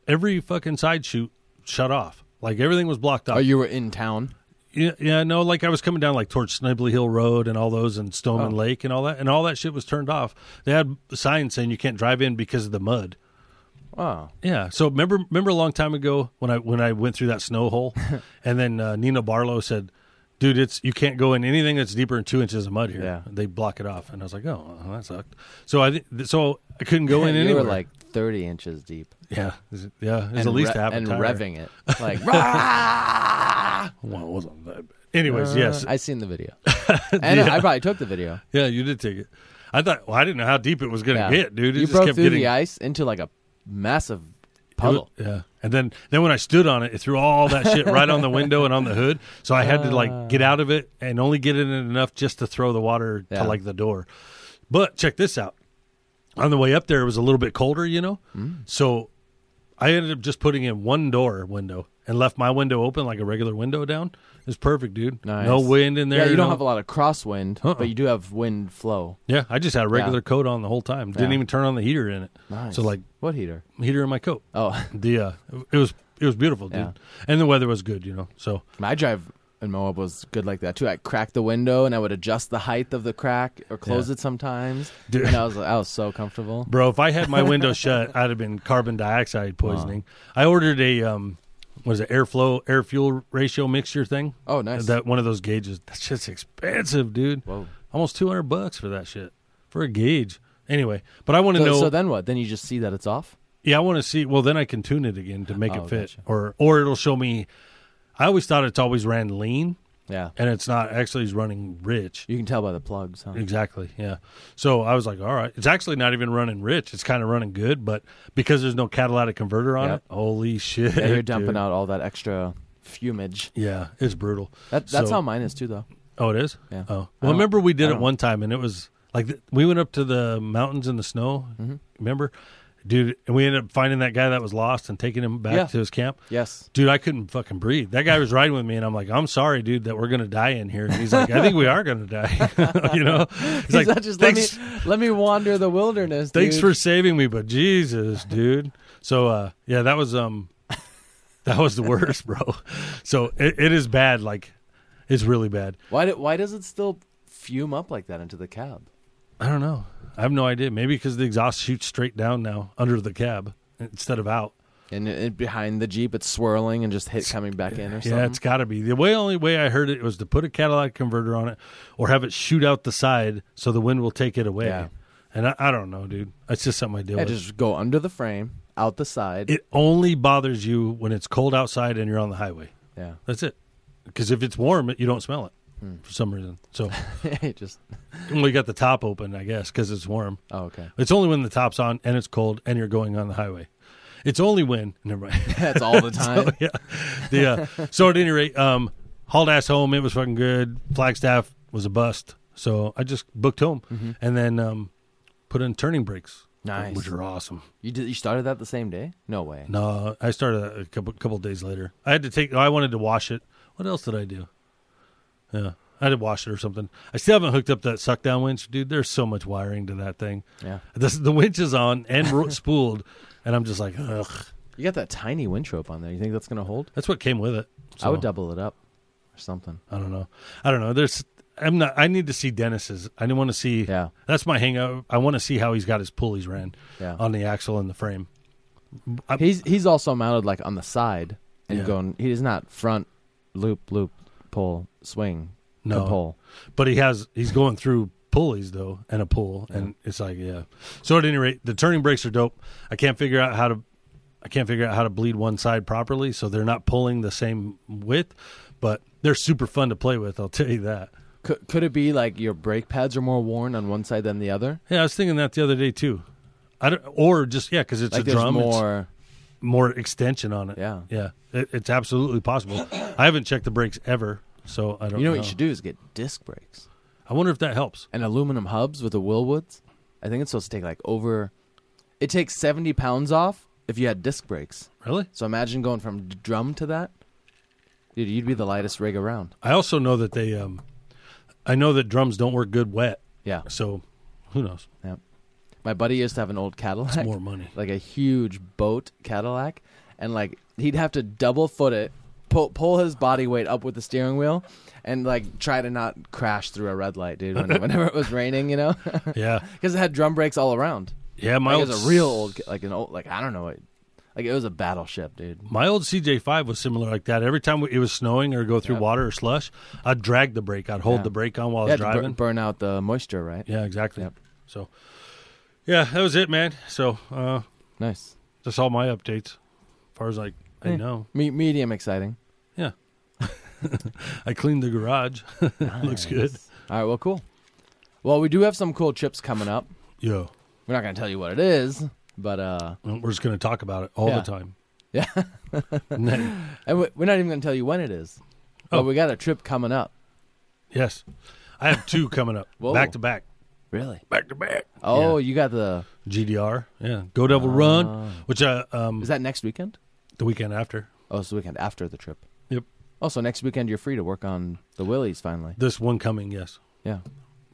Speaker 1: every fucking side chute shut off. Like everything was blocked off.
Speaker 2: oh, you were in town.
Speaker 1: Yeah, yeah, no, like I was coming down like towards Snibley Hill Road and all those and Stoneman Lake and all that, and all that shit was turned off. They had signs saying you can't drive in because of the mud.
Speaker 2: Oh,
Speaker 1: Yeah, so remember, remember a long time ago when I when I went through that snow hole, and then uh, Nina Barlow said, "Dude, it's you can't go in anything that's deeper than two inches of mud here.
Speaker 2: Yeah.
Speaker 1: They block it off." And I was like, "Oh, well, that sucked." So I thi- so I couldn't go in
Speaker 2: you
Speaker 1: anywhere.
Speaker 2: were like 30 inches deep
Speaker 1: yeah, yeah, it's at least
Speaker 2: re-
Speaker 1: half a
Speaker 2: and
Speaker 1: tire.
Speaker 2: revving it like. "Rah!"
Speaker 1: Well, it wasn't that bad. Anyways, yes,
Speaker 2: I seen the video, and I probably took the video.
Speaker 1: Yeah, you did take it. I thought. Well, I didn't know how deep it was going to
Speaker 2: Yeah.
Speaker 1: get, dude. It
Speaker 2: you
Speaker 1: just
Speaker 2: broke
Speaker 1: kept
Speaker 2: through
Speaker 1: getting.
Speaker 2: the ice into like a massive puddle.
Speaker 1: It was- yeah, and then then when I stood on it, it threw all that shit right on the window and on the hood. So I had to like get out of it and only get in it enough just to throw the water
Speaker 2: Ah. Yeah.
Speaker 1: to like the door. But check this out. On the way up there, it was a little bit colder, you know.
Speaker 2: Mm.
Speaker 1: So I ended up just putting in one door window and left my window open like a regular window down. It's perfect, dude.
Speaker 2: Nice.
Speaker 1: No wind in there.
Speaker 2: yeah, you don't
Speaker 1: no-
Speaker 2: have a lot of crosswind,
Speaker 1: Uh-uh.
Speaker 2: but you do have wind flow.
Speaker 1: Yeah, I just had a regular
Speaker 2: Yeah.
Speaker 1: coat on the whole time. Didn't
Speaker 2: Yeah.
Speaker 1: even turn on the heater in it.
Speaker 2: Nice.
Speaker 1: So like
Speaker 2: what heater?
Speaker 1: heater in my coat.
Speaker 2: Oh,
Speaker 1: The uh, it was it was beautiful, dude.
Speaker 2: Yeah.
Speaker 1: And the weather was good, you know. So
Speaker 2: my drive in Moab was good like that too. I cracked the window and I would adjust the height of the crack or close
Speaker 1: Yeah.
Speaker 2: it sometimes.
Speaker 1: Dude.
Speaker 2: And I was I was so comfortable.
Speaker 1: Bro, if I had my window shut, I'd have been carbon dioxide
Speaker 2: Uh-huh.
Speaker 1: poisoning. I ordered a um what is it, airflow air fuel ratio mixture thing.
Speaker 2: Oh, nice.
Speaker 1: That one of those gauges. That shit's expensive, dude.
Speaker 2: Whoa.
Speaker 1: Almost two hundred bucks for that shit. For a gauge. Anyway. But I want to
Speaker 2: So,
Speaker 1: know
Speaker 2: so then what? Then you just see that it's off.
Speaker 1: Yeah, I want to see. Well, then I can tune it again to make
Speaker 2: Oh,
Speaker 1: it fit,
Speaker 2: gotcha.
Speaker 1: or or it'll show me. I always thought it's always ran lean,
Speaker 2: Yeah,
Speaker 1: and it's not actually it's running rich.
Speaker 2: you can tell by the plugs. Huh?
Speaker 1: Exactly. Yeah. So I was like, all right, it's actually not even running rich. It's kind of running good, but because there's no catalytic converter on
Speaker 2: Yep.
Speaker 1: it, holy shit!
Speaker 2: Yeah, you're dumping
Speaker 1: dude.
Speaker 2: out all that extra fumage.
Speaker 1: Yeah, it's brutal.
Speaker 2: That, that's
Speaker 1: So-
Speaker 2: how mine is too, though.
Speaker 1: Oh, it is.
Speaker 2: Yeah.
Speaker 1: Oh, well,
Speaker 2: I don't-
Speaker 1: remember we
Speaker 2: I
Speaker 1: did it
Speaker 2: don't-
Speaker 1: one time, and it was like th- we went up to the mountains in the snow.
Speaker 2: Mm-hmm.
Speaker 1: Remember, dude? And we ended up finding that guy that was lost and taking him back
Speaker 2: Yeah.
Speaker 1: to his camp.
Speaker 2: Yes.
Speaker 1: dude, I couldn't fucking breathe. That guy was riding with me, and I'm like, I'm sorry, dude, that we're gonna die in here. And he's like, I think we are gonna die. you know, he's,
Speaker 2: He's
Speaker 1: like,
Speaker 2: not just
Speaker 1: thanks,
Speaker 2: let me let me wander the wilderness.
Speaker 1: thanks
Speaker 2: dude.
Speaker 1: for saving me, but Jesus, dude. So, uh, yeah, that was um, that was the worst, bro. So it, it is bad. Like, it's really bad.
Speaker 2: Why do, why does it still fume up like that into the cab?
Speaker 1: I don't know. I have no idea. Maybe because the exhaust shoots straight down now under the cab instead of out.
Speaker 2: And it, it- behind the jeep, it's swirling and just hit coming back in or something.
Speaker 1: Yeah, it's got to be. The way only way I heard it was to put a catalytic converter on it or have it shoot out the side so the wind will take it away.
Speaker 2: Yeah.
Speaker 1: And I, I don't know, dude. It's just something I deal
Speaker 2: Yeah,
Speaker 1: with.
Speaker 2: just go under the frame, out the side.
Speaker 1: it only bothers you when it's cold outside and you're on the highway.
Speaker 2: yeah,
Speaker 1: That's it. Because if it's warm, you don't smell it for some reason. So,
Speaker 2: it just.
Speaker 1: well, you got the top open, I guess, because it's warm.
Speaker 2: Oh, okay.
Speaker 1: It's only when the top's on and it's cold and you're going on the highway. It's only when, never mind.
Speaker 2: That's all the time.
Speaker 1: Oh, yeah. The, uh, so at any rate, um, hauled ass home. It was fucking good. Flagstaff was a bust. So I just booked home and then um, put in turning brakes.
Speaker 2: Nice.
Speaker 1: Which are awesome.
Speaker 2: You did. You started that the same day? No way.
Speaker 1: No, I started a couple couple days later. I had to take. I wanted to wash it. What else did I do? Yeah, I had to wash it or something. I still haven't hooked up that suck down winch, dude. There's so much wiring to that thing.
Speaker 2: Yeah.
Speaker 1: This, the winch is on and ro- spooled, and I'm just like, ugh.
Speaker 2: You got that tiny winch rope on there. You think that's gonna hold?
Speaker 1: That's what came with it.
Speaker 2: I
Speaker 1: So-
Speaker 2: would double it up, or something.
Speaker 1: I don't know. I don't know. There's. I'm not. I need to see Dennis's. I want to see.
Speaker 2: Yeah.
Speaker 1: That's my hang up. I want to see how he's got his pulleys ran.
Speaker 2: Yeah.
Speaker 1: On the axle and the frame. I-
Speaker 2: He's he's also mounted like on the side and
Speaker 1: Yeah.
Speaker 2: going. He is not front loop loop pull swing. to
Speaker 1: No.
Speaker 2: pull.
Speaker 1: But he has. He's going through pulleys though, and a pull, and it's like yeah. So at any rate, the turning brakes are dope. I can't figure out how to. I can't figure out how to bleed one side properly, so they're not pulling the same width, but they're super fun to play with. I'll tell you that.
Speaker 2: Could could it be like your brake pads are more worn on one side than the other?
Speaker 1: Yeah, I was thinking that the other day too. I don't, or just yeah, because it's
Speaker 2: Like
Speaker 1: a
Speaker 2: there's
Speaker 1: drum. it's-
Speaker 2: more.
Speaker 1: more extension on it.
Speaker 2: Yeah.
Speaker 1: yeah, it, it's absolutely possible. I haven't checked the brakes ever, So I don't.
Speaker 2: You know what you should do is get disc brakes
Speaker 1: I wonder if that helps.
Speaker 2: and aluminum hubs with the Willwoods. I think it's supposed to take like over. It takes seventy pounds off if you had disc brakes.
Speaker 1: Really?
Speaker 2: So imagine going from d- drum to that, dude. You'd be the lightest rig around.
Speaker 1: I also know that they. Um, I know that drums don't work good wet.
Speaker 2: Yeah.
Speaker 1: So, who knows?
Speaker 2: My buddy used to have an old Cadillac.
Speaker 1: It's more money.
Speaker 2: like a huge boat Cadillac, and like he'd have to double foot it, pull, pull his body weight up with the steering wheel, and like try to not crash through a red light, dude. When, whenever it was raining, you know,
Speaker 1: Yeah.
Speaker 2: because it had drum brakes all around.
Speaker 1: Yeah. My
Speaker 2: Like,
Speaker 1: old
Speaker 2: it was a real old, like an old, like I don't know, it, like it was a battleship, dude.
Speaker 1: My old CJ5 was similar like that. Every time it was snowing or go through
Speaker 2: Yeah.
Speaker 1: water or slush, I'd drag the brake. I'd hold
Speaker 2: Yeah.
Speaker 1: the brake on while I
Speaker 2: Yeah,
Speaker 1: was
Speaker 2: to bur-
Speaker 1: driving.
Speaker 2: burn out the moisture, right?
Speaker 1: yeah, exactly.
Speaker 2: Yep.
Speaker 1: So, yeah, that was it, man. So, uh,
Speaker 2: Nice.
Speaker 1: that's all my updates. As far as I, I
Speaker 2: Yeah.
Speaker 1: know,
Speaker 2: Me- medium exciting.
Speaker 1: I cleaned the garage. Looks good.
Speaker 2: All right. Well, cool. Well, we do have some cool chips coming up.
Speaker 1: Yo,
Speaker 2: We're not gonna tell you what it is, but uh,
Speaker 1: we're just going to talk about it all
Speaker 2: Yeah.
Speaker 1: the time.
Speaker 2: Yeah.
Speaker 1: And then-
Speaker 2: And we- we're not even going to tell you when it is.
Speaker 1: Oh.
Speaker 2: But we got a trip coming up.
Speaker 1: yes. I have two coming up
Speaker 2: Whoa.
Speaker 1: back to back.
Speaker 2: Really?
Speaker 1: Back to back.
Speaker 2: Oh, Ah. you got the.
Speaker 1: GDR. Yeah. Go Devil Run, which uh, um,
Speaker 2: Is that next weekend?
Speaker 1: the weekend after.
Speaker 2: Oh, it's the weekend after the trip.
Speaker 1: Yep.
Speaker 2: Also, next weekend you're free to work on the Willies finally.
Speaker 1: This one coming, yes.
Speaker 2: Yeah.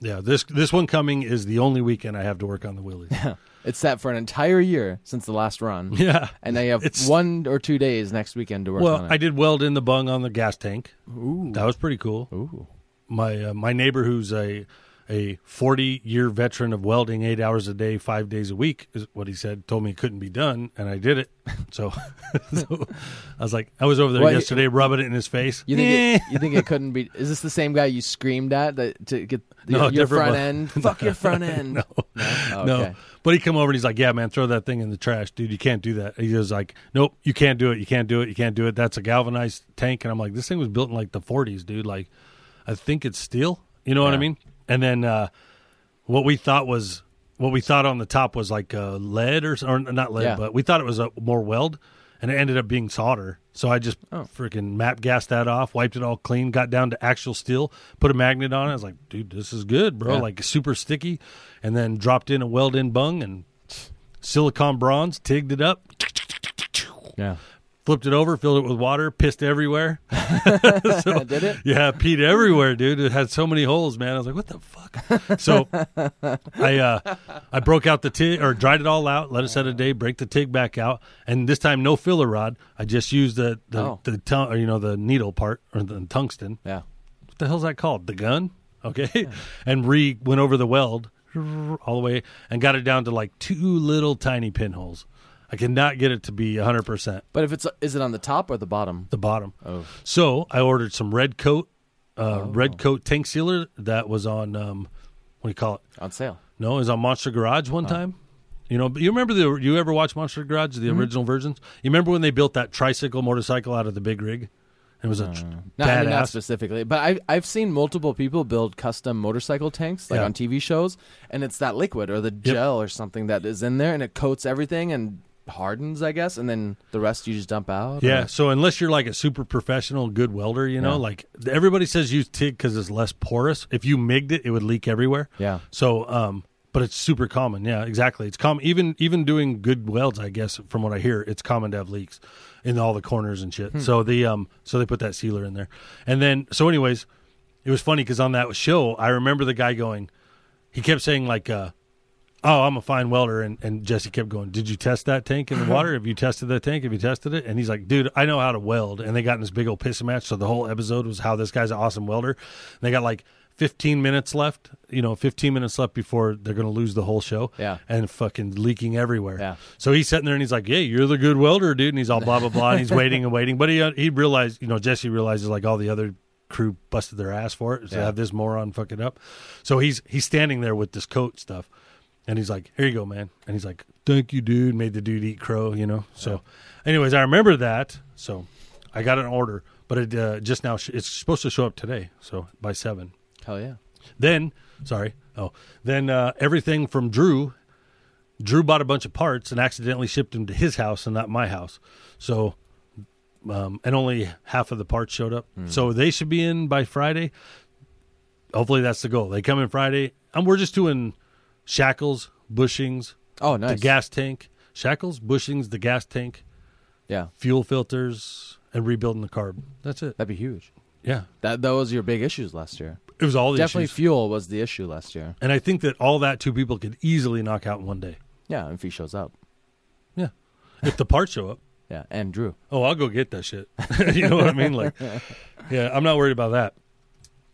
Speaker 1: Yeah, this this one coming is the only weekend I have to work on the Willies.
Speaker 2: It's sat for an entire year since the last run.
Speaker 1: yeah.
Speaker 2: And they have
Speaker 1: It's-
Speaker 2: one or two days next weekend to work
Speaker 1: Well,
Speaker 2: on
Speaker 1: I
Speaker 2: it.
Speaker 1: did weld in the bung on the gas tank.
Speaker 2: Ooh.
Speaker 1: That was pretty cool.
Speaker 2: Ooh.
Speaker 1: My uh, my neighbor who's a a 40 year veteran of welding 8 hours a day, 5 days a week is what he said, told me it couldn't be done and I did it. So, so I was like I was over there
Speaker 2: Well, you-
Speaker 1: yesterday rubbing it in his face.
Speaker 2: You think, it,
Speaker 1: Eh.
Speaker 2: you think it couldn't be? Is this the same guy you screamed at that to get
Speaker 1: No,
Speaker 2: your, your
Speaker 1: different
Speaker 2: front
Speaker 1: one.
Speaker 2: end? Fuck your front end. No, Oh,
Speaker 1: no.
Speaker 2: okay.
Speaker 1: But he come over and he's like, "Yeah, man, throw that thing in the trash, dude. You can't do that." He was like, "Nope, you can't do it. You can't do it. You can't do it. That's a galvanized tank." And I'm like, "This thing was built in like the 40s, dude. Like, I think it's steel. You know what I
Speaker 2: Yeah.
Speaker 1: mean?" And then uh, what we thought was what we thought on the top was like uh, lead or, s- or not lead,
Speaker 2: Yeah.
Speaker 1: but we thought it was a more weld, and it ended up being solder. So I just
Speaker 2: Oh.
Speaker 1: freaking map gassed that off, wiped it all clean, got down to actual steel, put a magnet on it. I was like, dude, this is good, bro.
Speaker 2: Yeah.
Speaker 1: Like super sticky, and then dropped in a weld in bung and silicon bronze, tigged it up,
Speaker 2: Yeah.
Speaker 1: flipped it over, filled it with water, pissed everywhere.
Speaker 2: Did it?
Speaker 1: Yeah, peed everywhere, dude. It had so many holes, man. I was like, what the fuck? So I uh, I broke out the tig or dried it all out, let it set a day, break the tig back out, and this time no filler rod. I just used the the,
Speaker 2: Oh.
Speaker 1: the tung- or, you know the needle part or the tungsten.
Speaker 2: Yeah.
Speaker 1: What the hell's that called? The gun, okay? And re went over the weld all the way and got it down to like two little tiny pinholes. I could not get it to be hundred percent
Speaker 2: But if it's is it on the top or the bottom?
Speaker 1: the bottom.
Speaker 2: Oh.
Speaker 1: So I ordered some red coat, uh, red coat tank sealer that was on um, what do you call it?
Speaker 2: On sale.
Speaker 1: No, it was on Monster Garage
Speaker 2: Oh.
Speaker 1: one time. You know, but you remember the you ever watch Monster Garage
Speaker 2: Mm-hmm.
Speaker 1: the original versions? You remember when they built that tricycle motorcycle out of the big rig? It was a tr-
Speaker 2: Uh, Not, I mean, not
Speaker 1: badass.
Speaker 2: specifically, but I, I've seen multiple people build custom motorcycle tanks, like
Speaker 1: Yeah.
Speaker 2: on TV shows, and it's that liquid or the gel or something that is in there, and it coats everything and hardens, I guess, and then the rest you just dump out. or-
Speaker 1: yeah. So unless you're like a super professional, good welder, you know,
Speaker 2: Yeah.
Speaker 1: like everybody says use TIG because it's less porous. If you migged it, it would leak everywhere.
Speaker 2: yeah,
Speaker 1: So, um, but it's super common. Yeah, exactly. It's common. Even even doing good welds, I guess, from what I hear, it's common to have leaks in all the corners and shit. So the um, so they put that sealer in there, and then so anyways, it was funny because on that show, I remember the guy going, he kept saying like, uh, "Oh, I'm a fine welder," and and Jesse kept going, "Did you test that tank in the water? Have you tested that tank? Have you tested it?" And he's like, "Dude, I know how to weld." And they got in this big old piss match. So the whole episode was how this guy's an awesome welder. And they got like 15 minutes left. You know, 15 minutes left before they're going to lose the whole show.
Speaker 2: Yeah.
Speaker 1: and fucking leaking everywhere.
Speaker 2: Yeah.
Speaker 1: So he's sitting there and he's like, "Yeah, you're the good welder, dude." And he's all blah blah blah. and he's waiting and waiting, but he he realized, you know, Jesse realizes like all the other crew busted their ass for it to
Speaker 2: Yeah.
Speaker 1: have this moron fuck it up. So he's he's standing there with this coat stuff, and he's like, "Here you go, man." And he's like, "Thank you, dude." Made the dude eat crow, you know. So, anyways, I remember that. So I got an order, but it uh, just now sh- it's supposed to show up today. So by seven.
Speaker 2: hell yeah,
Speaker 1: Then, sorry. Oh, then uh, everything from Drew. Drew bought a bunch of parts and accidentally shipped them to his house and not my house. So um, and only half of the parts showed up.
Speaker 2: Hmm.
Speaker 1: So they should be in by Friday. Hopefully, that's the goal. They come in Friday, and we're just doing shackles, bushings,
Speaker 2: Oh, nice.
Speaker 1: the gas tank, shackles, bushings, the gas tank,
Speaker 2: Yeah,
Speaker 1: fuel filters, and rebuilding the carb. That's it.
Speaker 2: that'd be huge.
Speaker 1: Yeah,
Speaker 2: That those were your big issues last year.
Speaker 1: it was all the
Speaker 2: Definitely,
Speaker 1: issues.
Speaker 2: fuel was the issue last year.
Speaker 1: and I think that all that two people could easily knock out in one day.
Speaker 2: Yeah, if he shows up.
Speaker 1: Yeah, if the parts show up.
Speaker 2: Yeah, and Drew.
Speaker 1: Oh, I'll go get that shit. you know what I mean? Like, yeah, I'm not worried about that.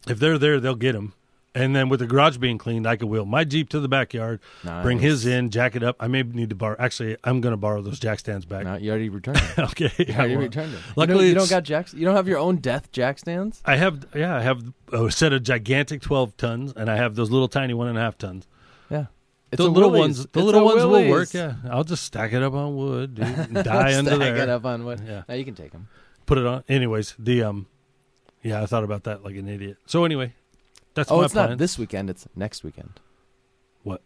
Speaker 1: If they're there, they'll get them. And then with the garage being cleaned, I could wheel my Jeep to the backyard, bring
Speaker 2: Nice.
Speaker 1: his in, jack it up. I may need to borrow. Actually, I'm going to borrow those jack stands back.
Speaker 2: No, you already returned. It.
Speaker 1: okay.
Speaker 2: You
Speaker 1: I
Speaker 2: already
Speaker 1: will.
Speaker 2: returned it.
Speaker 1: Luckily,
Speaker 2: you, don't, you don't
Speaker 1: it's-
Speaker 2: got jacks. You don't have your own death jack stands.
Speaker 1: I have, yeah, I have a set of gigantic 12 tons, and I have those little tiny one and a half tons.
Speaker 2: Yeah, it's
Speaker 1: the
Speaker 2: a
Speaker 1: little
Speaker 2: Willys.
Speaker 1: ones, the
Speaker 2: It's
Speaker 1: little
Speaker 2: a
Speaker 1: ones will work.
Speaker 2: Willys.
Speaker 1: Yeah, I'll just stack it up on wood, dude, and die under
Speaker 2: Stack
Speaker 1: there.
Speaker 2: it up on wood.
Speaker 1: Yeah.
Speaker 2: Now you can take them.
Speaker 1: put it on. Anyways, the um, yeah, I thought about that like an idiot. So anyway, that's
Speaker 2: oh,
Speaker 1: my
Speaker 2: it's
Speaker 1: plan.
Speaker 2: not this weekend. It's next weekend.
Speaker 1: What?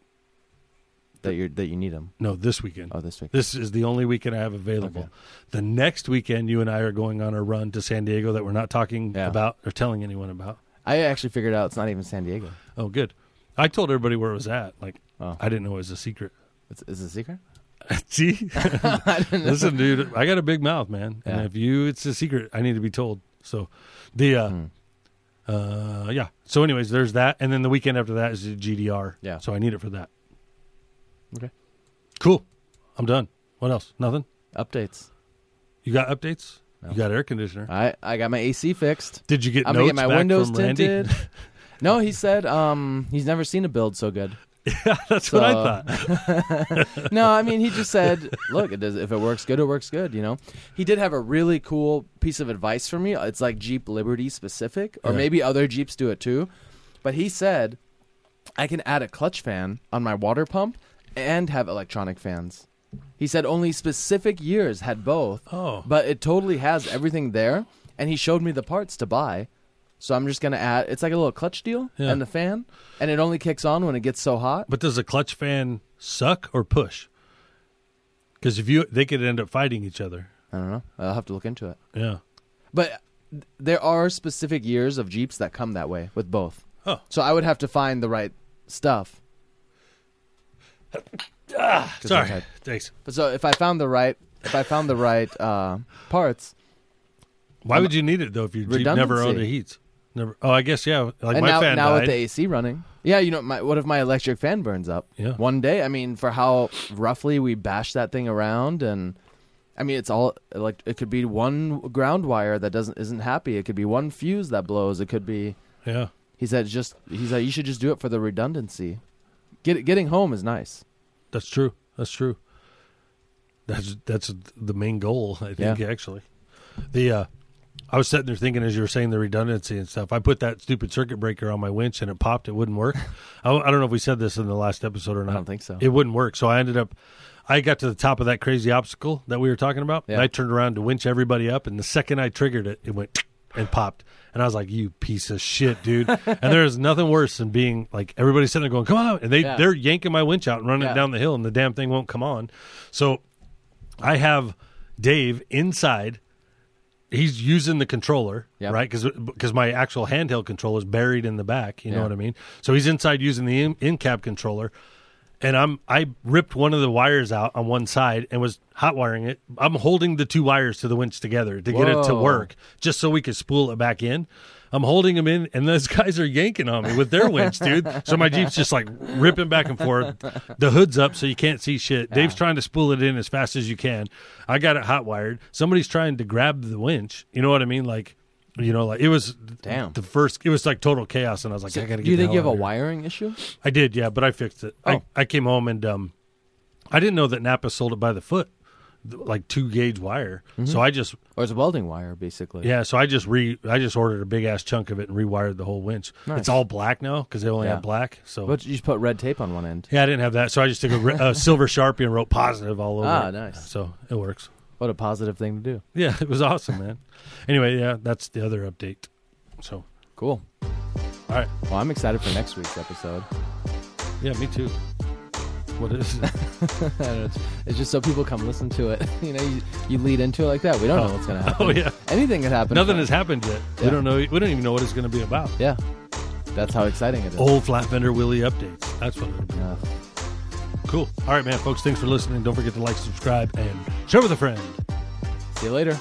Speaker 2: That you that you need them.
Speaker 1: no, this weekend.
Speaker 2: Oh, this weekend.
Speaker 1: This is the only weekend I have available.
Speaker 2: Okay.
Speaker 1: The next weekend, you and I are going on a run to San Diego that we're not talking
Speaker 2: Yeah.
Speaker 1: about or telling anyone about.
Speaker 2: I actually figured out it's not even San Diego.
Speaker 1: Oh, good. I told everybody where it was at. Like,
Speaker 2: Oh,
Speaker 1: I didn't know it was a secret.
Speaker 2: it's, is it a secret?
Speaker 1: See, listen, dude, I got a big mouth, man.
Speaker 2: Yeah.
Speaker 1: And if you, it's a secret. I need to be told. So, the uh,
Speaker 2: Hmm.
Speaker 1: uh, yeah. So, anyways, there's that, and then the weekend after that is the GDR.
Speaker 2: Yeah.
Speaker 1: So I need it for that.
Speaker 2: Okay.
Speaker 1: Cool. I'm done. What else? Nothing.
Speaker 2: Updates.
Speaker 1: You got updates?
Speaker 2: No.
Speaker 1: You got air conditioner?
Speaker 2: I I got my AC fixed.
Speaker 1: Did you get
Speaker 2: I'm gonna
Speaker 1: notes
Speaker 2: get my
Speaker 1: back
Speaker 2: windows
Speaker 1: from Randy?
Speaker 2: tinted. no, he said um he's never seen a build so good.
Speaker 1: yeah, that's what I
Speaker 2: So-
Speaker 1: thought.
Speaker 2: No, I mean he just said, look, it does, if it works good, it works good. You know, he did have a really cool piece of advice for me. It's like Jeep Liberty specific, or
Speaker 1: Yeah.
Speaker 2: maybe other Jeeps do it too. But he said, I can add a clutch fan on my water pump and have electronic fans. He said only specific years had both,
Speaker 1: Oh,
Speaker 2: but it totally has everything there. And he showed me the parts to buy. So I'm just gonna add. It's like a little clutch deal
Speaker 1: Yeah.
Speaker 2: and the fan, and it only kicks on when it gets so hot.
Speaker 1: but does a clutch fan suck or push? Because if you, they could end up fighting each other.
Speaker 2: I don't know. I'll have to look into it.
Speaker 1: Yeah.
Speaker 2: But th- there are specific years of Jeeps that come that way with both.
Speaker 1: Oh.
Speaker 2: So I would have to find the right stuff. 'Cause I'm
Speaker 1: Sorry.
Speaker 2: tired.
Speaker 1: Thanks.
Speaker 2: But so if I found the right if I found the right uh, parts
Speaker 1: Why would you need it though if your Jeep never owned a
Speaker 2: Redundancy.
Speaker 1: heats? Never. Oh, I guess yeah. Like
Speaker 2: and
Speaker 1: my
Speaker 2: now
Speaker 1: fan
Speaker 2: now with
Speaker 1: died.
Speaker 2: the AC running. Yeah, you know, my, what if my electric fan burns up?
Speaker 1: Yeah.
Speaker 2: One day, I mean, for how roughly we bash that thing around and I mean, it's all like it could be one ground wire that doesn't isn't happy. It could be one fuse that blows. It could be
Speaker 1: yeah.
Speaker 2: He said, "Just he said you should just do it for the redundancy. Get, getting home is nice.
Speaker 1: That's true. That's true. That's that's the main goal, I think.
Speaker 2: Yeah.
Speaker 1: Actually, the uh, I was sitting there thinking as you were saying the redundancy and stuff. I put that stupid circuit breaker on my winch and it popped. It wouldn't work. I, I don't know if we said this in the last episode or not.
Speaker 2: I don't think so.
Speaker 1: It wouldn't work. So I ended up. I got to the top of that crazy obstacle that we were talking about, and
Speaker 2: Yeah.
Speaker 1: I turned around to winch everybody up. And the second I triggered it, it went and popped. And I was like, "You piece of shit, dude!" and there is nothing worse than being like everybody's sitting there going, "Come on!" And they
Speaker 2: Yeah.
Speaker 1: they're yanking my winch out and running it
Speaker 2: Yeah.
Speaker 1: down the hill, and the damn thing won't come on. So I have Dave inside. He's using the controller,
Speaker 2: Yep.
Speaker 1: right? Because my actual handheld controller is buried in the back. You know
Speaker 2: Yeah.
Speaker 1: what I mean? So he's inside using the in, in cab controller, and I'm I ripped one of the wires out on one side and was hot wiring it. I'm holding the two wires to the winch together to get it to
Speaker 2: Whoa.
Speaker 1: work, just so we could spool it back in. I'm holding them in, and those guys are yanking on me with their winch, dude. So my jeep's just like ripping back and forth. The hood's up, so you can't see shit. Dave's trying to spool it in as fast as you can. I got it hot wired. Somebody's trying to grab the winch. You know what I mean? Like, you know, like it was
Speaker 2: Damn.
Speaker 1: the first. It was like total chaos, and I was like, I gotta.
Speaker 2: Do
Speaker 1: get
Speaker 2: you
Speaker 1: the
Speaker 2: think you have
Speaker 1: hell out
Speaker 2: a
Speaker 1: of here.
Speaker 2: wiring issue?
Speaker 1: I did, yeah, but I fixed it. I,
Speaker 2: Oh.
Speaker 1: I came home and um, I didn't know that Napa sold it by the foot, th- like two gauge wire.
Speaker 2: Mm-hmm.
Speaker 1: So I just
Speaker 2: Or it's a welding wire, basically.
Speaker 1: yeah, so I just re I just ordered a big ass chunk of it and rewired the whole winch.
Speaker 2: Nice.
Speaker 1: It's all black now because they only
Speaker 2: Yeah.
Speaker 1: have black. So
Speaker 2: But you just put red tape on one end.
Speaker 1: yeah, I didn't have that, so I just took a, re- a silver sharpie and wrote positive all over.
Speaker 2: Ah,
Speaker 1: it.
Speaker 2: nice.
Speaker 1: So it works.
Speaker 2: What a positive thing to do.
Speaker 1: Yeah, it was awesome, man. anyway, yeah, that's the other update. So
Speaker 2: Cool.
Speaker 1: all right,
Speaker 2: Well, I'm excited for next week's episode.
Speaker 1: yeah, me too. What is it?
Speaker 2: And it's, it's just so people come listen to it. You know, you, you lead into it like that. We don't know what's gonna happen.
Speaker 1: Oh yeah.
Speaker 2: Anything could happen.
Speaker 1: Nothing has happened yet. We
Speaker 2: Yeah.
Speaker 1: don't know. We don't even know what it's going to be about.
Speaker 2: Yeah, that's how exciting it is.
Speaker 1: Old flat vendor Willie updates. That's what it'll be.
Speaker 2: Yeah.
Speaker 1: Cool. All right, man, folks. Thanks for listening. Don't forget to like, subscribe, and share with a friend.
Speaker 2: See you later.